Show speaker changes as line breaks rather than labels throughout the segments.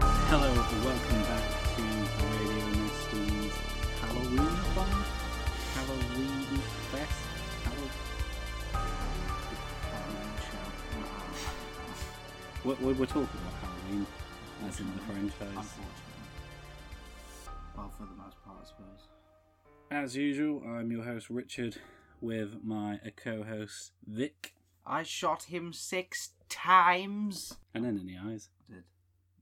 Hello, welcome back to Radio Nesties Halloween Fun, Halloween Fest, Halloween Show. We're, we're, we're talking about Halloween, as in the franchise.
Unfortunately. Well, for the most part, I suppose.
As usual, I'm your host Richard with my co host Vic,
I shot him six times.
and then in the eyes,
I did.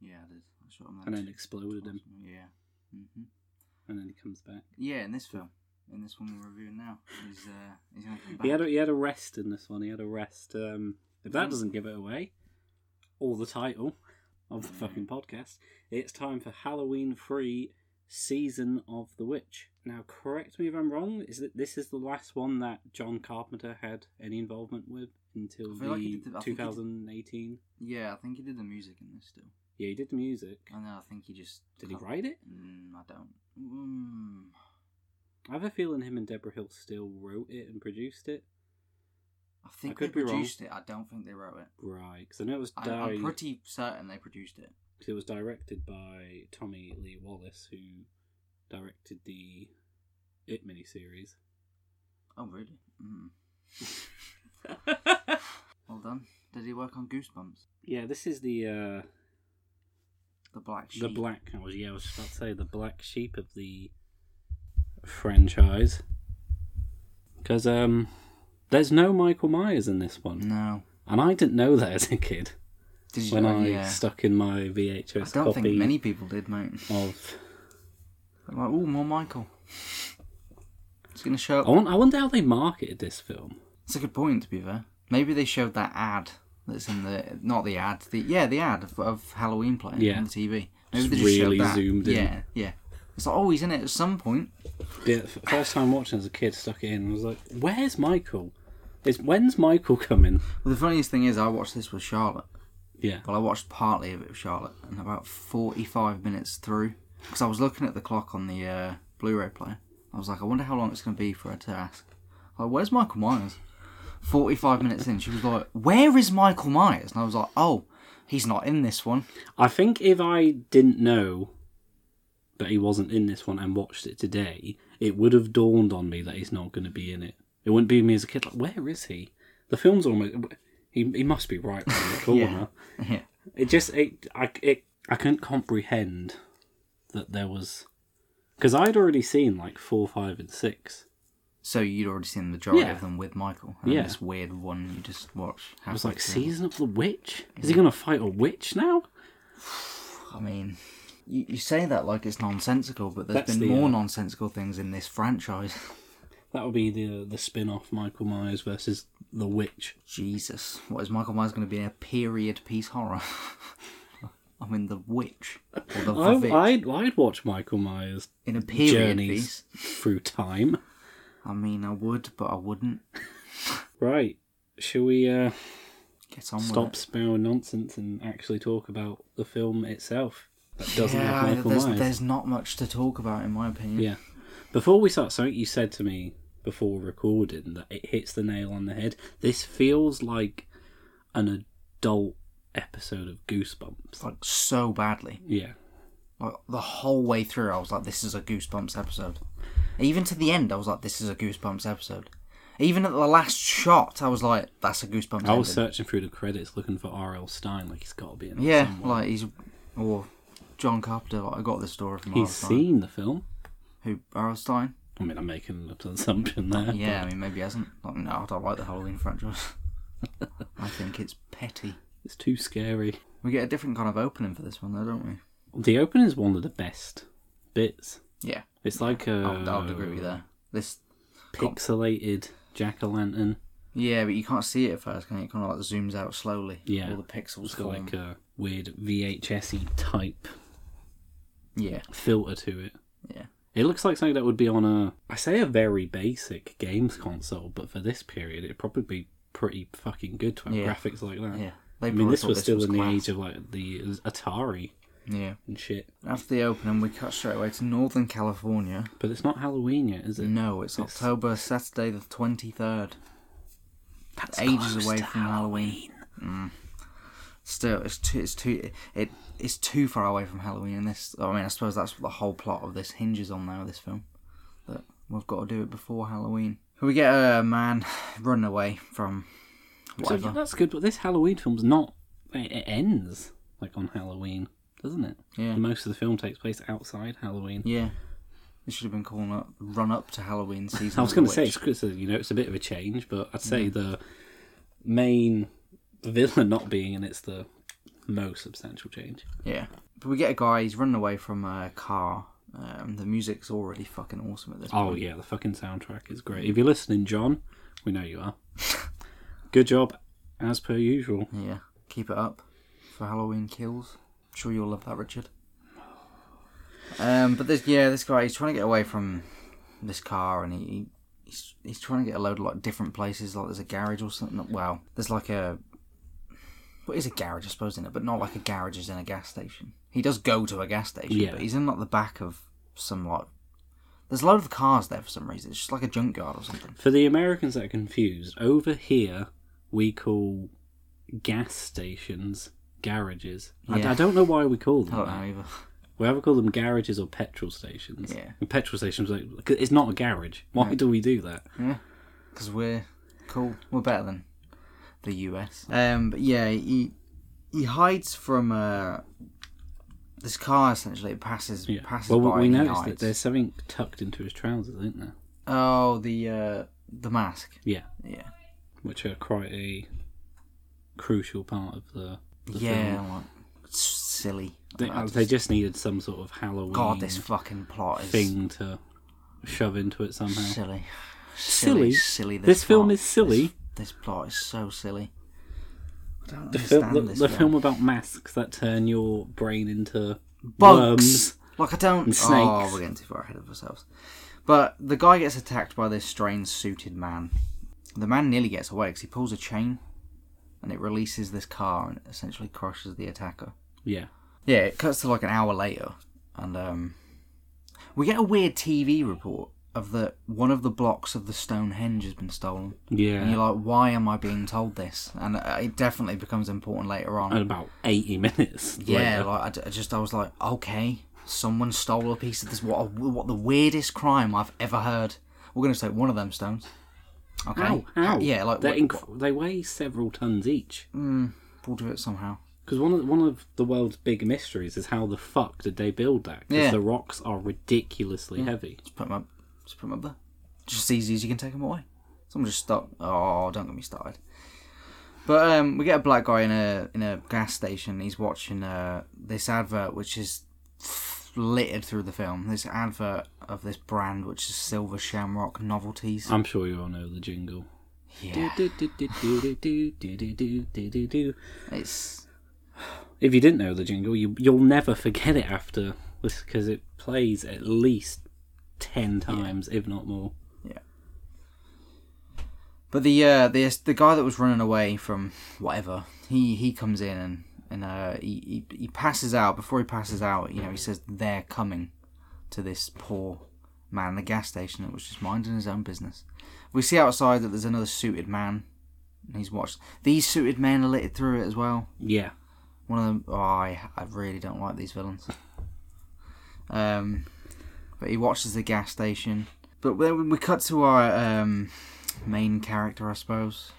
Yeah, I did. I shot him. Like
and then
two
exploded him,
times. Yeah. hmm
and then he comes back.
Yeah, in this film, in this one we're reviewing now, he's uh, he's gonna come back.
He had a, he had a rest in this one. He had a rest. Um, if that doesn't give it away, or the title of the fucking podcast, it's time for Halloween Free Season of the Witch. Now, correct me if I'm wrong. Is that this is the last one that John Carpenter had any involvement with until
I
the
feel like he did the- I think he did-
2018?
yeah, I think he did the music in this too.
Yeah, he did the music.
And then I think he just
Did he write it?
Mm, I don't. Mm,
I have a feeling him and Deborah Hill still wrote it and produced it.
I think
could
they
be wrong.
produced it. I don't think they wrote it.
Right, because I know it was
I,
Diary.
I'm pretty certain they produced it.
It was directed by Tommy Lee Wallace, who directed the It miniseries.
Oh really? Mm. Well done. Did he work on Goosebumps?
yeah, this is the uh,
The Black Sheep.
the black. I was yeah, I was just about to say the black sheep of the franchise, because um, there's no Michael Myers in this one,
No.
and I didn't know that as a kid
Did you
when
know?
I
yeah.
stuck in my
I
VHS
don't
copy
think many people did, mate.
of.
They're like, oh, more Michael. It's gonna show up.
I, won- I wonder how they marketed this film.
It's a good point, to be fair. Maybe they showed that ad that's in the not the ad, the yeah, the ad of, of Halloween playing
Yeah.
on the TV. Maybe
Just
they just showed
really
that.
zoomed in.
Yeah, yeah. It's like, oh, he's in it at some point.
Yeah, f- first time watching as a kid, stuck it in. I was like, "Where's Michael? Is when's Michael coming?"
Well, the funniest thing is, I watched this with Charlotte.
Yeah,
Well, I watched partly of it with Charlotte, and about forty-five minutes through, because I was looking at the clock on the uh, Blu-ray player. I was like, I wonder how long it's going to be for her to ask. Like, where's Michael Myers? Forty-five minutes in, she was like, "Where is Michael Myers?" And I was like, "Oh, he's not in this one."
I think if I didn't know that he wasn't in this one and watched it today, it would have dawned on me that he's not going to be in it. It wouldn't be me as a kid like, "Where is he?" The film's almost. He, he must be right around the corner.
yeah.
It just it I it I couldn't comprehend that there was because I'd already seen like four, five, and six.
So you'd already seen the majority
Yeah.
of them with Michael. And
Yeah.
yeah. This weird one you just watched.
I was like, "Season of the Witch? Is he going to fight a witch now?"
I mean, you, you say that like it's nonsensical, but there's
That's
been
the,
more
uh,
nonsensical things in this franchise.
That would be the the spin off Michael Myers versus the Witch.
Jesus, what is Michael Myers going to be in a period piece horror? I mean, the witch or the, the
I,
Vitch.
I'd I'd watch Michael Myers
in a period
journeys
piece.
through time.
I mean, I would, but I wouldn't.
Right, shall we uh,
Get on
stop
with
spouting nonsense and actually talk about the film itself that
it.
doesn't
yeah,
have Michael
there's,
Myers?
there's not much to talk about, in my opinion.
Yeah. Before we start, something you said to me before recording that it hits the nail on the head. This feels like an adult episode of Goosebumps.
Like, so badly.
Yeah.
Like, the whole way through, I was like, this is a Goosebumps episode. Even to the end, I was like, this is a Goosebumps episode. Even at the last shot, I was like, that's a Goosebumps
I was
ending.
searching through the credits looking for R.L. Stein, like he's got to be in there
Yeah,
somewhere.
like, he's. Or John Carpenter, like, I got this story from
He's
Arlstein.
seen the film.
Who? Arlstein?
I mean, I'm making an assumption there.
Yeah, I mean, maybe he hasn't. Like, no, I don't like the Halloween franchise. I think it's petty.
It's too scary.
We get a different kind of opening for this one, though, don't we?
The opening is one of the best bits.
Yeah,
It's like a
I'll, I'll agree with you there. This,
pixelated jack o' lantern.
yeah, but you can't see it at first, can you? It kind of like zooms out slowly.
Yeah.
all the pixels
It's got
form.
like a weird VHS type
Yeah,
filter to it.
yeah.
It looks like something that would be on a, I say a very basic games console, but for this period, it'd probably be pretty fucking good to have
Yeah.
graphics like that.
Yeah, they
I mean, this was still in the
class.
age of like the Atari
Yeah.
and shit.
After the opening, we cut straight away to Northern California.
But it's not Halloween yet, is it?
No, it's October, Saturday the twenty third.
That's
ages away from Halloween. Mm. still, it's too, it's too, it, it's too far away from Halloween. And this, I mean, I suppose that's what the whole plot of this hinges on now. This film, that we've got to do it before Halloween. We get a man running away from
So
whatever.
that's good, but this Halloween film's not. It it ends like on Halloween, doesn't it?
Yeah.
And most of the film takes place outside Halloween.
Yeah. It should have been calling it Run Up to Halloween Season.
I was
going
going to say it's, it's a, you know it's a bit of a change, but I'd say
Mm.
the main villain not being and it's the most substantial change.
Yeah. But we get a guy, he's running away from a car. Um, the music's already fucking awesome at this point.
Oh yeah, the fucking soundtrack is great. If you're listening, John, we know you are. Good job, as per usual.
Yeah. Keep it up for Halloween Kills. I'm sure you'll love that, Richard. Um, but this, yeah, this guy, he's trying to get away from this car and he. he He's, he's trying to get a load of like different places. Like there's a garage or something. Wow, there's like a what is a garage, I suppose, in it, but not like a garage is in a gas station. He does go to a gas station,
Yeah.
but he's in like the back of some like. There's a load of cars there for some reason. It's just like a junkyard or something.
For the Americans that are confused, over here we call gas stations garages. I,
Yeah. Oh, uh,
I don't know why we call
I
them.
don't
that.
know either.
We either call them garages or petrol stations.
Yeah.
And petrol stations, like, 'cause it's not a garage. Why do we do that?
Yeah, because we're cool. We're better than the US. Um, but yeah, he he hides from uh, this car essentially. It passes
Yeah.
passes
Well,
by.
we
and he
noticed that
hides.
there's something tucked into his trousers, isn't there?
oh the uh, the mask.
Yeah.
Yeah,
Which are quite a crucial part of the. the
yeah.
Film.
I'm Like, it's silly.
They,
I
they
just-
just needed some sort of Halloween
God, this fucking plot is
thing to shove into it somehow.
silly.
Silly?
Silly, silly. This,
This film
plot.
is silly?
This, this plot is so silly. I don't
The,
understand
film, the,
this
the film about masks that turn your brain into worms.
bugs. Um, Like I don't.
and
Oh,
snakes.
we're getting too far ahead of ourselves. But the guy gets attacked by this strange suited man. The man nearly gets away because he pulls a chain, and it releases this car and essentially crushes the attacker.
Yeah.
Yeah, it cuts to like an hour later, and um, we get a weird TV report of that one of the blocks of the Stonehenge has been stolen. And
Yeah.
you're like, why am I being told this? And uh, it definitely becomes important later on.
And about 80 minutes.
Yeah,
later.
like I d- I, just I was like, okay, someone stole a piece of this. What a, what the weirdest crime I've ever heard. We're gonna take one of them stones. Okay.
uh, Ow, ow.
Yeah, like
They're
what, Mm. what-
inc- they weigh several tons each.
we'll do it somehow.
Because one of the, one of the world's big mysteries is how the fuck did they build that? Because
Yeah. Mm.
the rocks are ridiculously heavy.
Just put them up. Just put them up there. Just as easy as you can take them away. Someone just stop. Oh, don't get me started. But um, we get a black guy in a in a gas station. He's watching uh, this advert, which is littered through the film. This advert of this brand, which is Silver Shamrock Novelties.
I'm sure you all know the jingle.
yeah,
Do-do-do-do-do-do-do-do-do-do.
it's
If you didn't know the jingle, you you'll never forget it after because it plays at least ten times, if not more.
But the uh, the the guy that was running away from whatever, he he comes in and and uh, he, he he passes out. Before he passes out, you know, he says they're coming to this poor man in the gas station that was just minding his own business. We see outside that there's another suited man. And he's watched. These suited men are littered through it as well.
Yeah,
One of them. Oh, I I really don't like these villains. Um, but he watches the gas station. But then we cut to our um, main character, I suppose.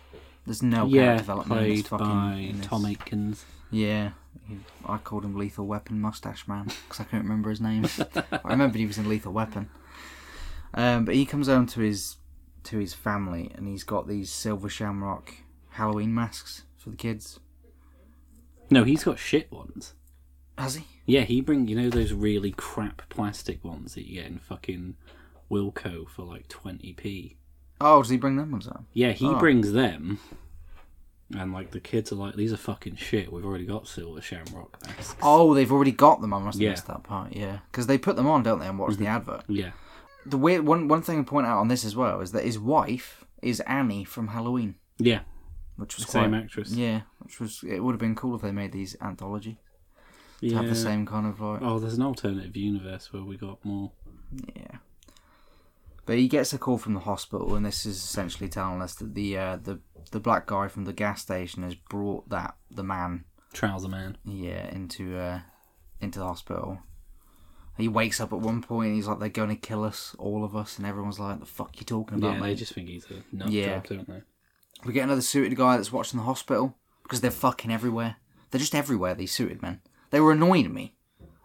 There's no character
yeah,
development in
played
this fucking.
by
in this.
Tom Aitkins.
Yeah, he- I called him Lethal Weapon Mustache Man because I couldn't remember his name. I remembered he was in Lethal Weapon. Um, but he comes home to his to his family, and he's got these silver shamrock Halloween masks for the kids.
No, he's got shit ones.
Has he?
Yeah, he bring you know those really crap plastic ones that you get in fucking Wilco for like twenty p.
Oh, does he bring them ones out?
Yeah, he
Oh.
brings them, and like the kids are like, "These are fucking shit. We've already got silver shamrock masks."
Oh, they've already got them. I must have
Yeah. Mhm.
missed that part. Yeah, because they put them on, don't they, and watch the advert.
Yeah,
The weird one. One thing to point out on this as well is that his wife is Annie from Halloween,
yeah,
which was
same
quite,
actress.
Yeah, which was it would have been cool if they made these anthology to have
Yeah.
the same kind of like.
Oh, there's an alternative universe where we got more.
Yeah. But he gets a call from the hospital, and this is essentially telling us that the uh, the the black guy from the gas station has brought that the man
Trouser Man.
yeah, into uh, into the hospital. He wakes up at one point and he's like, "They're going to kill us, all of us," and everyone's like, "The fuck you talking about,
yeah,
mate?"
they just think he's a nut
Yeah.
job, don't they?
We get another suited guy that's watching the hospital because they're fucking everywhere. They're just everywhere. These suited men. They were annoying me.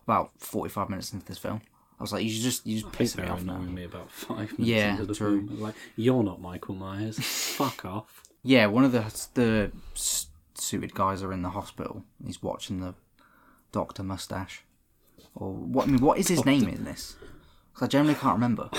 About forty-five minutes into this film, I was like, "You should just, you just
I think
piss
they're
me off now."
annoying me about five minutes
Yeah,
into the
true.
film. Like, you're not Michael Myers. Fuck off.
Yeah, one of the the s- suited guys are in the hospital. He's watching the Doctor Mustache, or what? I mean, what is his name in this? 'Cause I generally can't remember.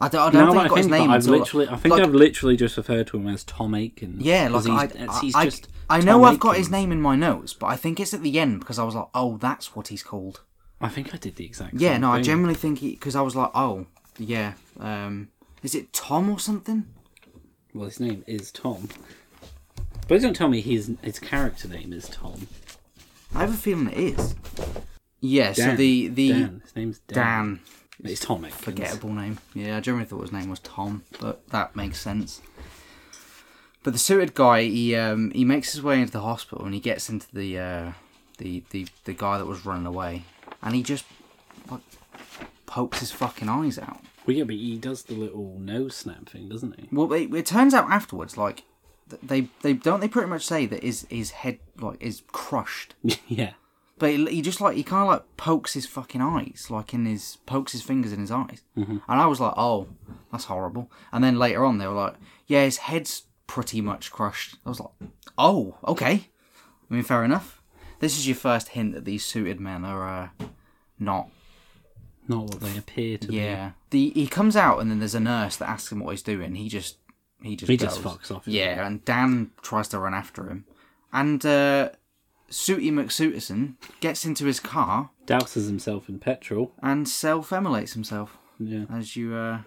I don't, I don't
now
think
that
I
I
got
think
his
about it,
name.
I've
until-
literally, I think
like-
I've literally just referred to him as Tom Aiken.
yeah,
'Cause
like
he's,
I,
it's-
I,
he's
I-
just
I
Tom
know I've got
Aiken.
his name in my notes, but I think it's at the end because I was like, oh, that's what he's called.
I think I did the exact.
Yeah,
same
no, I
thing.
generally think he because I was like, oh, yeah, um, is it Tom or something?
Well, his name is Tom. But don't tell me his his character name is Tom.
I have a feeling it is. Yeah, so
Dan.
the the
Dan. His name's Dan.
Dan.
It's Tom Atkins.
forgettable name. Yeah, I generally thought his name was Tom, but that makes sense. But the suited guy, he um, he makes his way into the hospital and he gets into the uh, the, the the guy that was running away, and he just like pokes his fucking eyes out.
Well, yeah, but he does the little nose snap thing, doesn't he?
Well, it, it turns out afterwards, like th- they they don't they pretty much say that his his head like is crushed,
yeah.
but he, he just like he kind of like pokes his fucking eyes, like in his pokes his fingers in his eyes, mm-hmm. and I was like, oh, that's horrible. And then later on, they were like, yeah, his head's pretty much crushed. I was like, oh, okay. I mean, fair enough. This is your first hint that these suited men are uh, not
Not what they appear to be.
yeah. The he comes out and then there's a nurse that asks him what he's doing. He just he just
He
goes.
just fucks off.
Yeah, and Dan tries to run after him, and uh, Sooty McSooterson gets into his car
Douses himself in petrol.
and self-immolates himself
Yeah.
as you uh,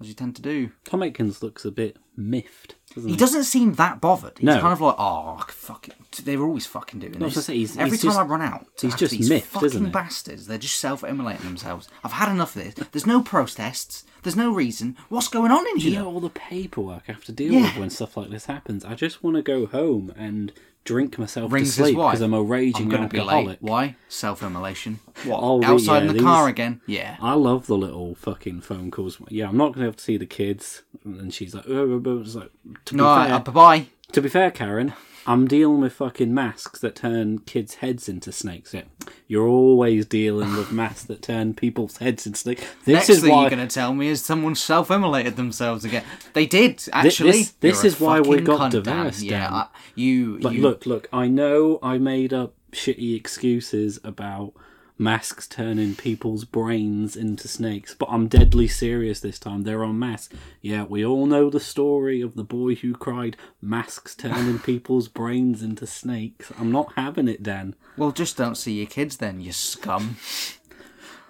as you tend to do.
Tom Atkins looks a bit miffed, doesn't
He
he?
doesn't seem that bothered. He's
Hmm. No.
kind of like, oh, fuck it. They were always fucking doing
I
this.
was gonna say, he's-
Every
he's
time
just-
I run out,
he's
after
just
these
miffed,
fucking
isn't he?
bastards. They're just self-immolating themselves. I've had enough of this. There's no protests. There's no reason. What's going on in
Do you
here?
know all the paperwork I have to deal
Yeah.
with when stuff like this happens? I just want to go home and drink myself
Rings his
to sleep
wife.
because I'm a
I'm
raging
going to be late.
alcoholic.
Why? Self-immolation. What?
Oh,
Outside
yeah,
in the
these-
car again? Yeah.
I love the little fucking phone calls. Yeah, I'm not going to have to see the kids. And then she's like, oh, oh, oh. It's like to,
No,
be fair,
I- I- bye-bye.
to be fair, Karen, I'm dealing with fucking masks that turn kids' heads into snakes. Yeah, you're always dealing with masks that turn people's heads into snakes. This
Next
is
thing
why
you're going to tell me is someone self-immolated themselves again. They did,
this-
actually.
this
You're a
is why we
fucking
got
cunt, Dan.
diverse,
Yeah,
Dan.
I, you,
But
you
look, look, I know I made up shitty excuses about masks turning people's brains into snakes, but I'm deadly serious this time. They're on masks. Yeah, we all know the story of the boy who cried, masks turning people's brains into snakes. I'm not having it, Dan.
Well, just don't see your kids then, you scum.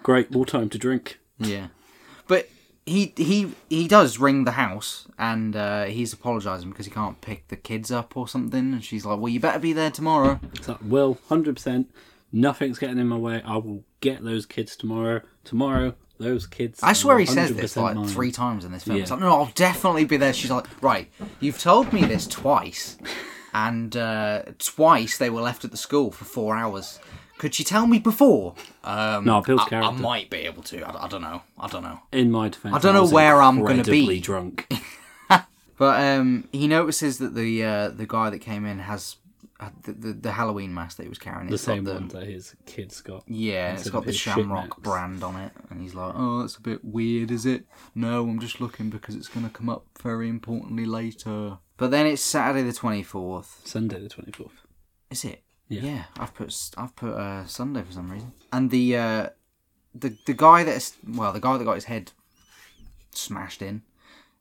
Great, more time to drink.
Yeah, but he he he does ring the house, and uh, he's apologising because he can't pick the kids up or something. And she's like, "Well, you better be there tomorrow."
It's like, well, 100%, nothing's getting in my way. I will get those kids tomorrow. Tomorrow, those kids.
I
are
swear he says this
100%
like
mine.
three times in this film. It's
Yeah.
like, "No, I'll definitely be there." She's like, "Right, you've told me this twice, and uh, twice they were left at the school for four hours." Could you tell me before? Um,
No, Bill's
I, I
character.
might be able to. I, I don't know. I don't know.
In my defense, I
don't know
was
where I'm gonna be.
incredibly drunk.
But um, he notices that the uh, the guy that came in has had the, the, the Halloween mask that he was carrying.
the
It's got
same one that his kids got.
Yeah, and
It's
it's
a
got the
bit shit
Shamrock
mask.
brand on it, and he's like, "Oh, that's a bit weird, is it?" No, I'm just looking because it's going to come up very importantly later. But then it's Saturday the twenty fourth.
Sunday the twenty fourth.
Is it?
Yeah.
I've put s- I've put uh, Sunday for some reason. And the uh, the the guy that's well, the guy that got his head smashed in,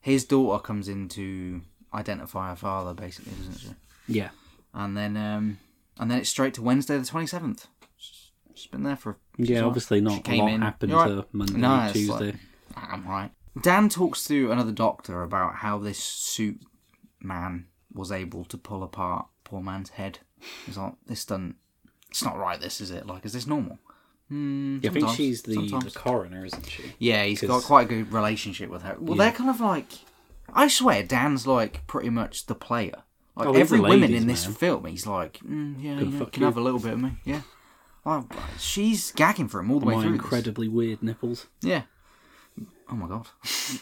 his daughter comes in to identify her father, basically, doesn't she?
Yeah,
and then um, and then it's straight to Wednesday the twenty seventh. She's been there for
yeah.
she's
Obviously, not a
came
lot
in.
happened
You all
to
right?
Monday
No,
and
it's like-
Tuesday.
all right. I'm right. Dan talks to another doctor about how this suit man was able to pull apart poor man's head. He's like, this doesn't. It's not right. This is it. Like, is this normal? Hmm.
Yeah, I think
sometimes,
she's the, the
sometimes.
coroner, isn't she?
Yeah, he's got
'cause-
quite a good relationship with her. Well, they're kind of like. I swear, Dan's like pretty much the player. Like
Oh, he's
every
a
woman
ladies'
in this
man.
film, he's like, mm, yeah,
Gonna
you know,
fuck
can
you.
have a little bit of me. Yeah. Like, she's gagging for him all the way
My
through. this.
incredibly weird nipples.
Yeah. Oh my god.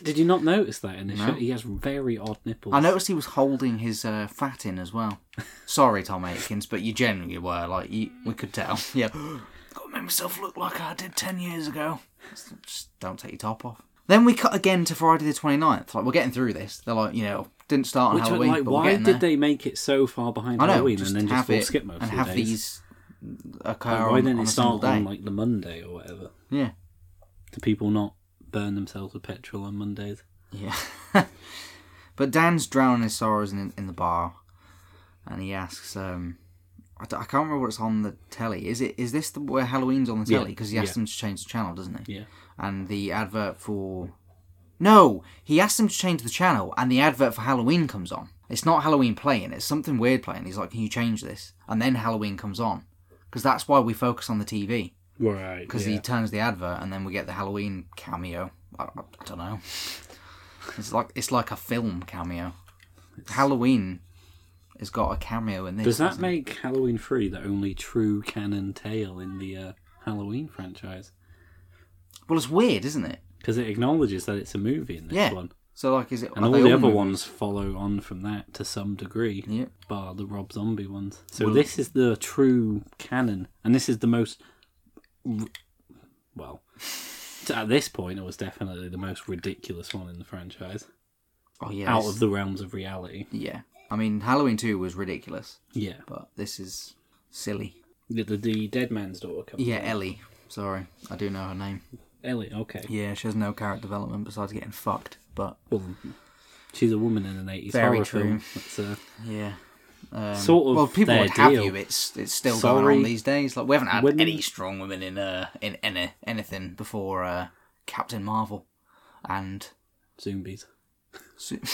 Did you not notice that in the
No.
show? He has very odd nipples.
I noticed he was holding his uh, fat in as well. Sorry, Tom Atkins, but you genuinely were like you, we could tell. Yeah, gotta make myself look like I did ten years ago. Just don't take your top off. Then we cut again to Friday the 29th. Like we're getting through this. They're like, you know, didn't start on
Which,
Halloween,
like,
but we're
why
getting
did
there.
they make it so far behind
I know.
Halloween
just
and then just
have
full
it
skip most
and
of the
have
days?
these occur
Like,
on,
why didn't
on
it
a single
start
day.
on like the Monday or whatever?
Yeah,
Do people not burn themselves with petrol on Mondays?
yeah. but Dan's drowning his sorrows in, in the bar, and he asks. um I, d- I can't remember what's on the telly. Is it? Is this the where Halloween's on the
Yeah,
telly? Because he asks
yeah.
them to change the channel, doesn't he?
Yeah.
And the advert for no, he asks them to change the channel, and the advert for Halloween comes on. It's not Halloween playing. It's something weird playing. He's like, "Can you change this?" And then Halloween comes on, because that's why we focus on the TV.
Right.
Because he turns the advert, and then we get the Halloween cameo. I, I, I don't know. It's like it's like a film cameo. Halloween has got a cameo in this.
Does that
doesn't it?
make Halloween 3 the only true canon tale in the uh, Halloween franchise?
Well, it's weird, isn't it?
Because it acknowledges that it's a movie in this
Yeah.
one.
So like, is it?
And
are
all
they
the other
moving-
ones follow on from that to some degree,
Yeah.
bar the Rob Zombie ones. So
Well-
this is the true canon. And this is the most. r- Well, t- at this point, it was definitely the most ridiculous one in the franchise.
Oh yeah.
Out
this-
of the realms of reality.
yeah. I mean, Halloween two was ridiculous,
Yeah.
but this is silly.
The, the, the dead man's daughter comes.
Yeah, Ellie. Sorry, I do know her name.
Ellie, okay.
Yeah, she has no character development besides getting fucked. But
Well, she's a woman in an 80s
Very
horror
true.
film. That's, uh,
yeah. Um,
Sort of
Well, people
their
would have
deal.
you. It's it's still
Sorry.
going on these days. Like we haven't had
When-
any strong women in uh in any anything before uh, Captain Marvel, and
Zombies.
Su-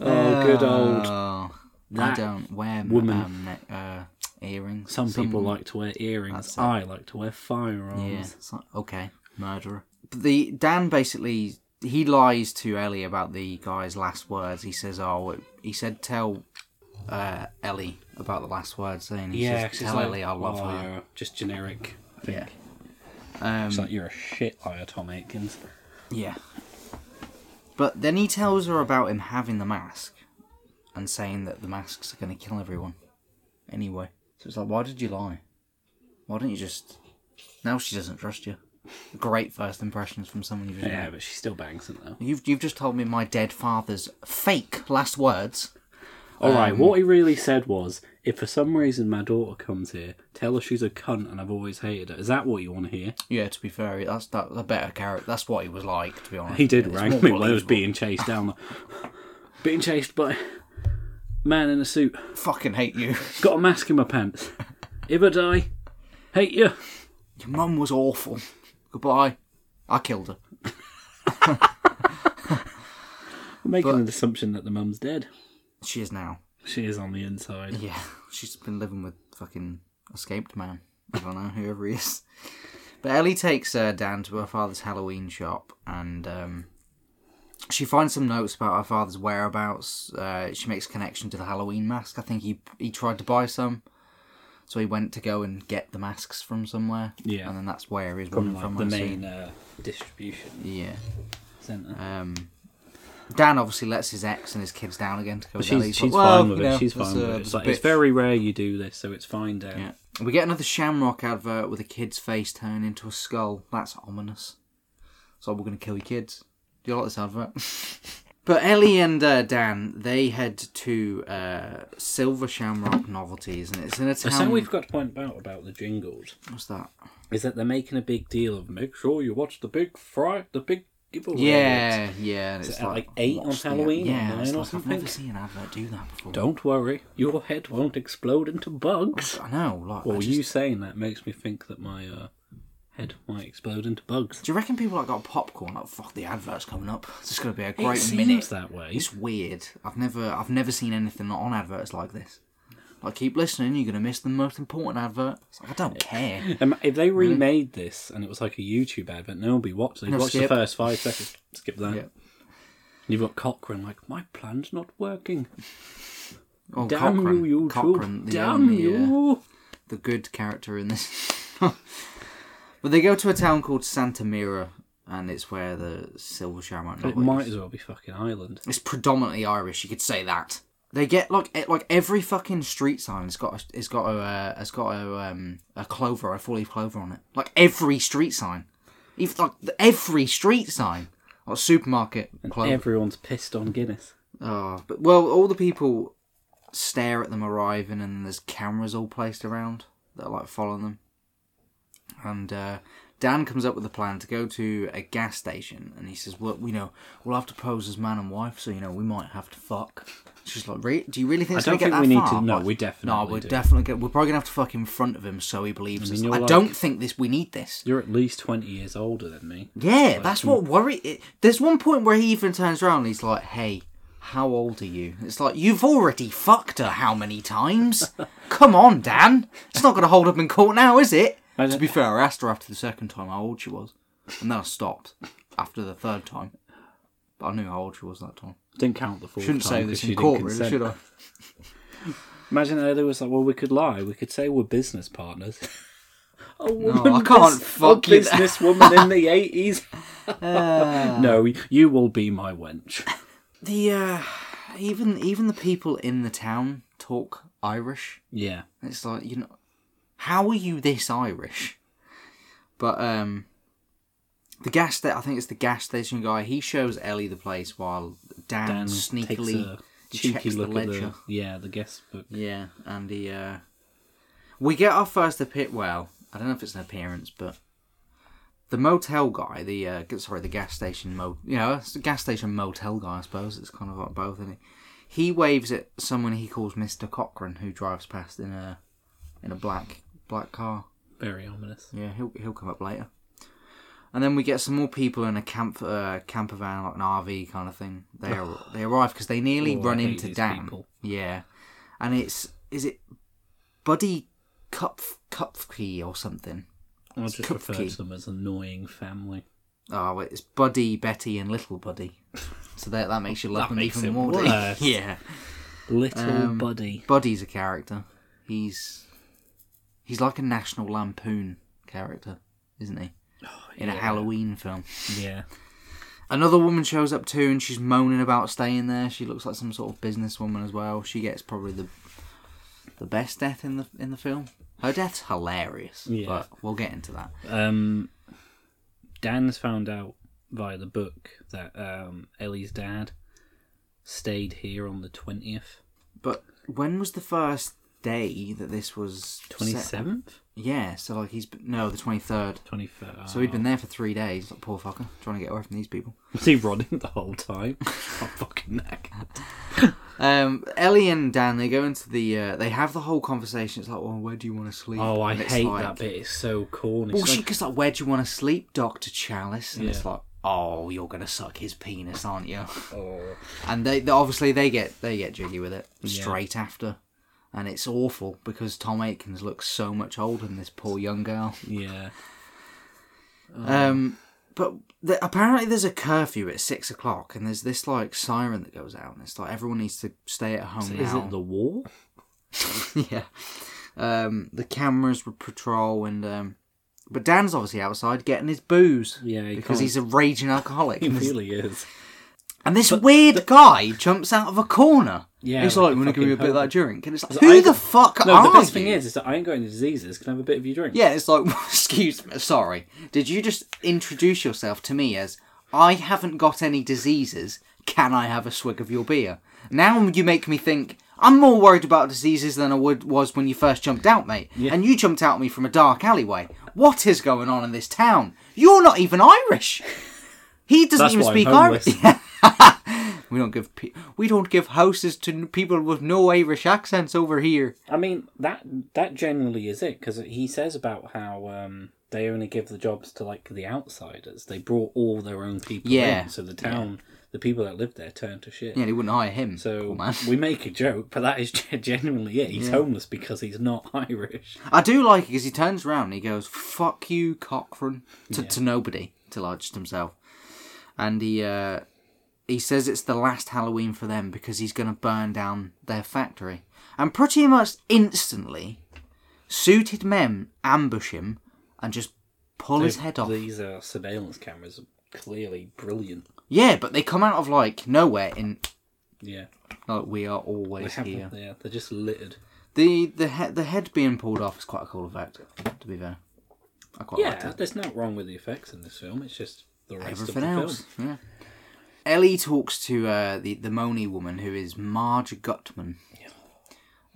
Oh, good old.
Oh, I
That
don't wear
woman.
um, ne- uh, earrings.
Some people
Someone-
like to wear earrings.
That's it.
I like to wear firearms.
Yeah. it's like, okay, murderer. But the Dan basically he lies to Ellie about the guy's last words. He says, "Oh, it, he said tell uh, Ellie about the last words." Saying, he
Yeah,
says,
she's
tell
like,
Ellie I love
"Oh,
her."
you're Just generic. I think.
Yeah. Um,
It's like you're a shit liar, Tom Atkins.
yeah. But then he tells her about him having the mask, and saying that the masks are going to kill everyone. Anyway, so it's like, why did you lie? Why didn't you just? Now she doesn't trust you. Great first impressions from someone you just met.
Yeah, but she still bangs it though.
You've you've just told me my dead father's fake last words.
All right, what he really said was, if for some reason my daughter comes here, tell her she's a cunt and I've always hated her. Is that what you want to hear?
Yeah, to be fair, that's that a better character. That's what he was like, to be honest.
He did
It's
rang
more
me while I was
believable.
being chased down. being chased by man in a suit.
Fucking hate you.
Got a mask in my pants. If I die, hate you.
Your mum was awful. Goodbye. I killed her.
I'm making
But-
an assumption that the mum's dead.
She is now.
She is on the inside.
Yeah, she's been living with fucking escaped man. I don't know whoever he is. But Ellie takes uh, Dan to her father's Halloween shop, and um, she finds some notes about her father's whereabouts. Uh, she makes connection to the Halloween mask. I think he he tried to buy some, so he went to go and get the masks from somewhere.
Yeah.
and then that's where he's
From
running
like
from.
the
I see.
main uh, distribution
Yeah.
centre.
Um, Dan obviously lets his ex and his kids down again to go. with
She's,
Ellie. He's
she's
like, "Well,
fine with
you
it.
know,
she's
that's
fine
a-
with it.
that's
It's,
a
like, it's
bit-
very rare you do this, so it's fine, Dad.
Yeah. We get another Shamrock advert with a kid's face turned into a skull. That's ominous. So we're going to kill your kids. Do you like this advert? but Ellie and uh, Dan, they head to uh, Silver Shamrock Novelties, and it's in a
So
town.
something we've got to point out about the jingles
What's that?
is that they're making a big deal of make sure you watch the big fry, the big giveaway.
Yeah, yeah. and
Is
It's
it at,
like,
like, eight on
what's the-
Halloween or
Yeah,
nine
it's
or
like, I've
something?
never seen an advert do that before.
Don't worry, your head won't explode into bugs.
I know. Like, I
Well,
just-
you saying that makes me think that my uh, head might explode into bugs.
Do you reckon people like got popcorn? Like, fuck, the advert's coming up. It's just going to be a great
it
minute.
seems that way.
It's weird. I've never I've never seen anything on adverts like this. Like keep listening, you're gonna miss the most important advert. It's like, I don't care.
Um, if
Hmm.
they remade this and it was like a YouTube advert, no one would be watching. They'd
No,
watch
skip.
the first five seconds, skip that.
Yep.
You've got Cochrane like, my plan's not working.
Oh,
Damn you,
Cochrane.
you
Cochrane,
Cochrane,
the
Damn
only, uh,
you.
the good character in this. but they go to a town called Santa Mira, and it's where the Silver Shamrock
It
Knight
might
lives.
as well be fucking Ireland.
It's predominantly Irish. You could say that. They get like e- like every fucking street sign. It's got a, it's got a uh, it's got a um a clover, a four leaf clover on it. Like every street sign, even like th- every street sign, like supermarket clover.
Everyone's pissed on Guinness.
oh, but well, all the people stare at them arriving, and there's cameras all placed around that are like following them. And uh, Dan comes up with a plan to go to a gas station, and he says, "Well, you know, we'll have to pose as man and wife, so you know, we might have to fuck." She's like, "Re- "Do you really
I
think?" it's gonna
don't think
get
we
that
need
far?
to. No,
Like,
we definitely.
No, we're
do.
definitely. Gonna, we're probably gonna have to fuck in front of him so he believes
I mean,
us.
you're
I
like-
don't think this. We need this.
You're at least twenty years older than me.
Yeah, that's what worry. It, there's one point where he even turns around and he's like, "Hey, how old are you?" It's like you've already fucked her how many times? Come on, Dan. It's not going to hold up in court now, is it?
I
To
don't-
be fair, I asked her after the second time how old she was, and then I stopped after the third time. But I knew how old she was that time.
Didn't count the fourth
Shouldn't
time
say
'cause
this
she
in
didn't
court, really,
consent.
should I?
Imagine that there was like, well, we could lie. We could say we're business partners. A woman,
I can't
bus-
fuck
a
you.
businesswoman in the eighties. no, you will be my wench.
The uh, even even the people in the town talk Irish.
Yeah,
It's like you know, how are you this Irish? But um, the gas sta- I think it's the gas station guy. He shows Ellie the place while Dan,
Dan takes
sneakily
a cheeky
checks
look
the
at
ledger.
the yeah the guest book.
Yeah, and he. Uh, we get our first appearance. Well, I don't know if it's an appearance, but the motel guy, the uh, g- sorry, the gas station mo, you know, it's the gas station motel guy. I suppose it's kind of like both, isn't it? He waves at someone he calls Mister Cochrane, who drives past in a in a black black car.
Very ominous.
Yeah, he'll he'll come up later. And then we get some more people in a camp uh, camper van, like an RV kind of thing. They ar- they arrive because they nearly
Oh, I
run
hate
into
these
Dan.
people.
Yeah, and it's is it Buddy Kupf Kupfke or something?
I just refer
Kupfke.
to them as annoying family.
Oh, wait, it's Buddy, Betty, and Little Buddy. So that that makes you love
That
them
makes
even
it
more. do you?
worse.
yeah,
Little
Um,
buddy.
Buddy's a character. He's he's like a National Lampoon character, isn't he? In a
yeah.
Halloween film.
Yeah.
Another woman shows up too, and she's moaning about staying there. She looks like some sort of businesswoman as well. She gets probably the the best death in the in the film. Her death's hilarious,
Yeah.
but we'll get into that.
Um, Dan's found out via the book that um, Ellie's dad stayed here on the 20th,
But when was the first day that this was? set?
27th,
Yeah, so like he's been- no the twenty third.
23rd.
So he'd been there for three days. Like, poor fucker, trying to get away from these people.
Was he running the whole time? I'm fucking knackered.
Um, Ellie and Dan they go into the uh, they have the whole conversation. It's like, well, where do you want to sleep?
Oh, I
And it's
hate
like-
that bit. It's so corny.
Well,
It's
she goes like, "Where do you want to sleep, Doctor Chalice?" And it's
Yeah.
like, "Oh, you're gonna suck his penis, aren't you?"
like, oh.
And they, they obviously they get they get jiggy with it straight after, and it's awful because Tom Aikens looks so much older than this poor young girl.
Yeah. Oh.
Um, but the, apparently there's a curfew at six o'clock, and there's this like siren that goes out, and it's like everyone needs to stay at home now.
Is it the war?
yeah. Um, the cameras would patrol and um, but Dan's obviously outside getting his booze.
Yeah, he
because
can't-
he's a raging alcoholic.
It really is.
and this weird guy jumps out of a corner.
Yeah,
he's
like
like,
a
"Want to give me a
fucking
bit of that drink?" And it's like,
So
"Who
I-
the fuck
No,
are
the best
you?"
thing is, is that I ain't got any diseases. Can I have a bit of your drink?
yeah, it's like, "Excuse me, sorry. Did you just introduce yourself to me as I haven't got any diseases? Can I have a swig of your beer?" Now you make me think. I'm more worried about diseases than I would was when you first jumped out, mate. And you jumped out at me from a dark alleyway. What is going on in this town? You're not even Irish. He doesn't
That's
even
why I'm
speak
homeless.
Irish. We don't give pe- we don't give houses to n- people with no Irish accents over here.
I mean that that generally is it because he says about how um, they only give the jobs to like the outsiders. They brought all their own people
Yeah.
in, so the town, the people that lived there, turned to shit.
Yeah, they wouldn't hire him.
So
poor man.
we make a joke, but that is gen- genuinely it. He's homeless because he's not Irish.
I do like it because he turns around and he goes, "Fuck you, Cochrane," to, to nobody, to like just himself, and he uh, he says it's the last Halloween for them because he's going to burn down their factory. And pretty much instantly, suited men ambush him and just pull his
These-
head off.
These uh, surveillance cameras are clearly brilliant.
Yeah, but they come out of like nowhere in
Yeah,
like we are
they
always
have,
here.
yeah, they're just littered.
The the he- the head being pulled off is quite a cool effect. To be fair, Oh, I quite liked
Yeah,
it.
there's nothing wrong with the effects in this film. It's just the rest
Everything
of the
else,
film.
yeah. Ellie talks to uh, the the Moni woman who is Marge Gutman,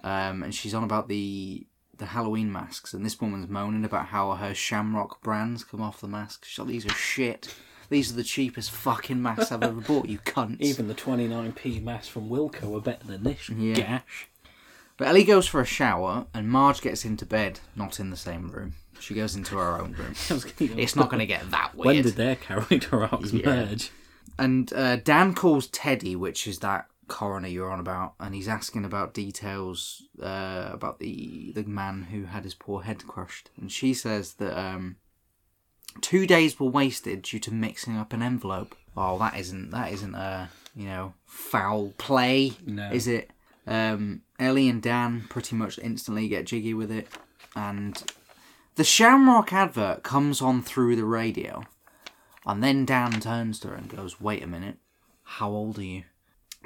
um, and she's on about the the Halloween masks. And this woman's moaning about how her Shamrock brands come off the masks. She's like, "These are shit. These are the cheapest fucking masks I've ever bought. You cunts."
Even the 29p mass from Wilco are better than this
Yeah.
gash.
But Ellie goes for a shower, and Marge gets into bed, not in the same room. She goes into her own room.
I was gonna go,
It's not going to get that
When
weird.
did their character arcs merge?
and uh, Dan calls Teddy, which is that coroner you're on about, and he's asking about details uh, about the the man who had his poor head crushed. And she says that um, two days were wasted due to mixing up an envelope. Oh, that isn't that isn't a you know foul play,
No.
is it? Um, Ellie and Dan pretty much instantly get jiggy with it, and the Shamrock advert comes on through the radio, and then Dan turns to her and goes, Wait a minute, how old are you?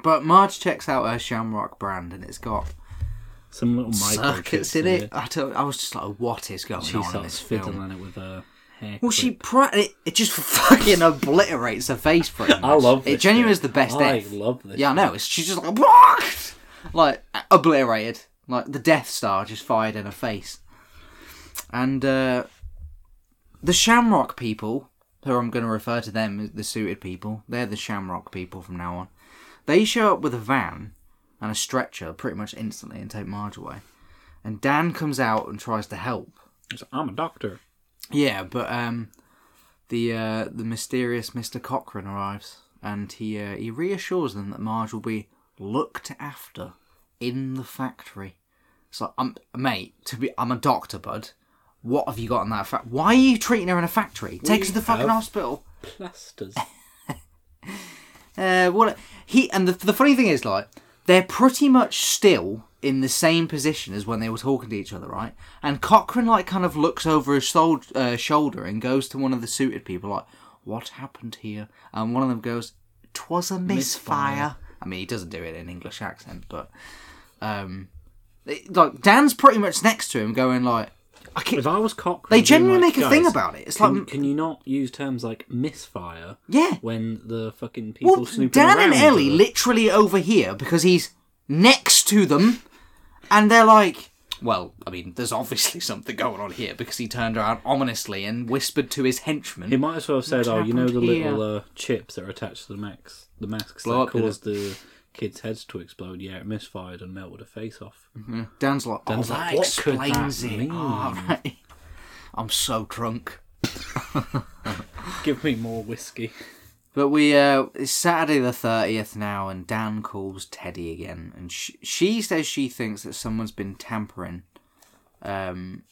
But Marge checks out her Shamrock brand and it's got
Some little
circuits
microchips
in it. I, don't, I was just like, What is going
She
on in
starts
this film?
fiddling it with her hair.
Well, she pra- it, it just fucking obliterates her face pretty much.
I love
it.
this
genuinely
bit.
is the best
I
death.
love this.
Yeah, I know. It's, she's just like, "What?" like obliterated, like the Death Star just fired in her face. And uh, the Shamrock people, who I'm going to refer to them as the suited people, they're the Shamrock people from now on. They show up with a van and a stretcher pretty much instantly and take Marge away. And Dan comes out and tries to help.
She's like, I'm a doctor.
Yeah, but um, the uh, the mysterious Mister Cochrane arrives, and he uh, he reassures them that Marge will be looked after in the factory. So, um, mate, to be, I'm a doctor, bud. What have you got in that fact? Why are you treating her in a factory? Take her to the fucking
have-
hospital.
Plasters.
Uh, what he and the, the funny thing is, like, they're pretty much still in the same position as when they were talking to each other, right? And Cochrane like kind of looks over his sol- uh, shoulder and goes to one of the suited people, like, "What happened here?" And one of them goes, "Twas a misfire." I mean, he doesn't do it in English accent, but um, it- like Dan's pretty much next to him, going like, "I can
if I was cock,
They genuinely make a thing about it. It's
can,
like-
can you not use terms like misfire
yeah."
when the fucking people
Well,
snooping
Dan
around
and
are
Ellie literally over here because he's next to them, and they're like, "Well, I mean, there's obviously something going on here because he turned around ominously and whispered to his henchman."
He might as well have said, "Oh, you know the
happened here?
little uh, chips that are attached to the max, the masks
Blow
that
up, did it?
caused the kids' heads to explode. Yeah, it misfired and melted a face off.
Yeah. Dan's like, "Oh,
Dan's
that
like, "What could that
explains it."
mean?
Oh, right. I'm so drunk.
Give me more whiskey."
But we uh, it's Saturday the thirtieth now, and Dan calls Teddy again, and she, she says she thinks that someone's been tampering. Um,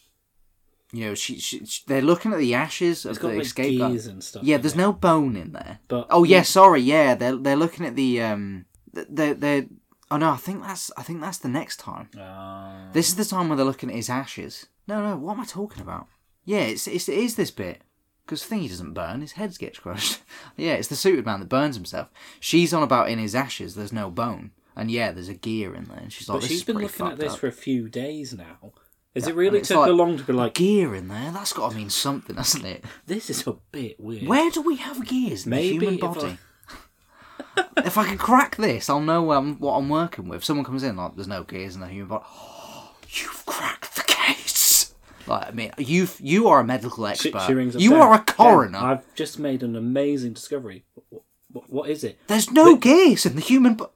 you know, she, she, she- they're looking at the ashes of
It's got
the
like
escape. plan.
geese and stuff.
Yeah,
in
there's
it.
no bone in there.
But
Oh yeah, sorry. Yeah, they're they're looking at the um, th- they're they're. Oh no, I think that's I think that's the next time.
Ah.
This is the time where they're looking at his ashes. No, no, what am I talking about? Yeah, it's, it's it is this bit because thingy doesn't burn. His head gets crushed. yeah, it's the suited man that burns himself. She's on about in his ashes. There's no bone, and yeah, there's a gear in there. And she's like,
but
this
she's
is
been
pretty
looking at
fucked
this
up.
for a few days now. Has it
And
really
it's
took
like,
her long to be
"A
like,
gear in there? That's got to mean something, hasn't it?
this is a bit weird?
Where do we have gears in
Maybe
the human
if I-
body? if I can crack this, I'll know where I'm, what I'm working with. Someone comes in like, "There's no gears in the human body." you've cracked the case. Like, I mean, you you are a medical
She,
expert.
she rings up
you
Dan.
are a
Dan,
coroner.
I've just made an amazing discovery. What, what, what is it?
There's no gears in the human. Bo-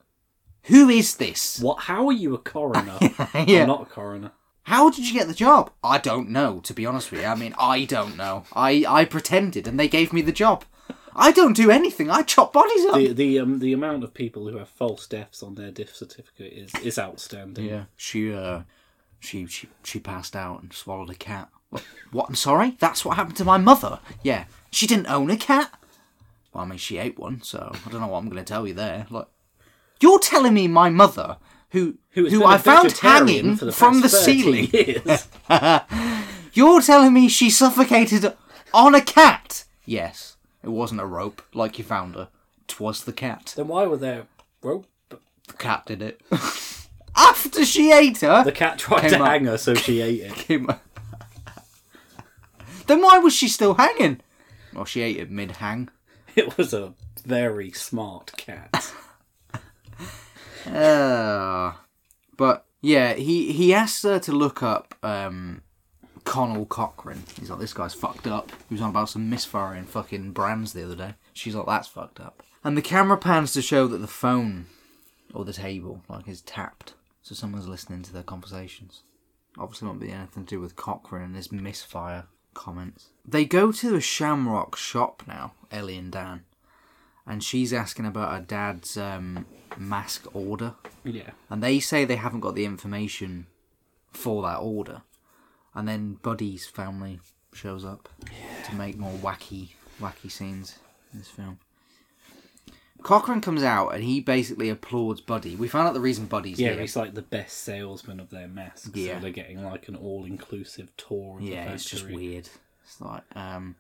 Who is this?
What? How are you a coroner?
Yeah.
I'm not a coroner.
How did you get the job? I don't know. To be honest with you, I mean, I don't know. I I pretended, and they gave me the job. I don't do anything. I chop bodies up.
the the um, the amount of people who have false deaths on their death certificate is is outstanding.
Yeah, she uh, she she she passed out and swallowed a cat. What? I'm sorry. That's what happened to my mother. Yeah, she didn't own a cat. Well, I mean, she ate one, so I don't know what I'm going to tell you there. Like, you're telling me my mother, who who,
has been
I
a
found
vegetarian
hanging
for the
from the
past 30
ceiling,
Years.
you're telling me she suffocated on a cat? Yes, it wasn't a rope like you found her. 'Twas the cat.
then why were there rope?
The cat did it. After she ate her,
The cat tried
Came
to
up.
hang her, so she ate it.
came. then why was she still hanging? Well, she ate it mid hang.
It was a very smart cat.
Uh, but yeah, he he asked her to look up um, Connell Cochran. He's like, this guy's fucked up. He was on about some misfire in fucking Brands the other day. She's like, that's fucked up. And the camera pans to show that the phone or the table like is tapped, so someone's listening to their conversations. Obviously, won't be anything to do with Cochran and his misfire comments. They go to a Shamrock shop now, Ellie and Dan, and she's asking about her dad's um, mask order
Yeah.
and they say they haven't got the information for that order. And then Buddy's family shows up to make more wacky, wacky scenes in this film. Cochrane comes out and he basically applauds Buddy. We found out the reason Buddy's
Yeah,
here.
he's like the best salesman of their masks.
Yeah.
So they're getting like an all inclusive tour of the
Yeah,
factory.
it's just weird. It's like, um,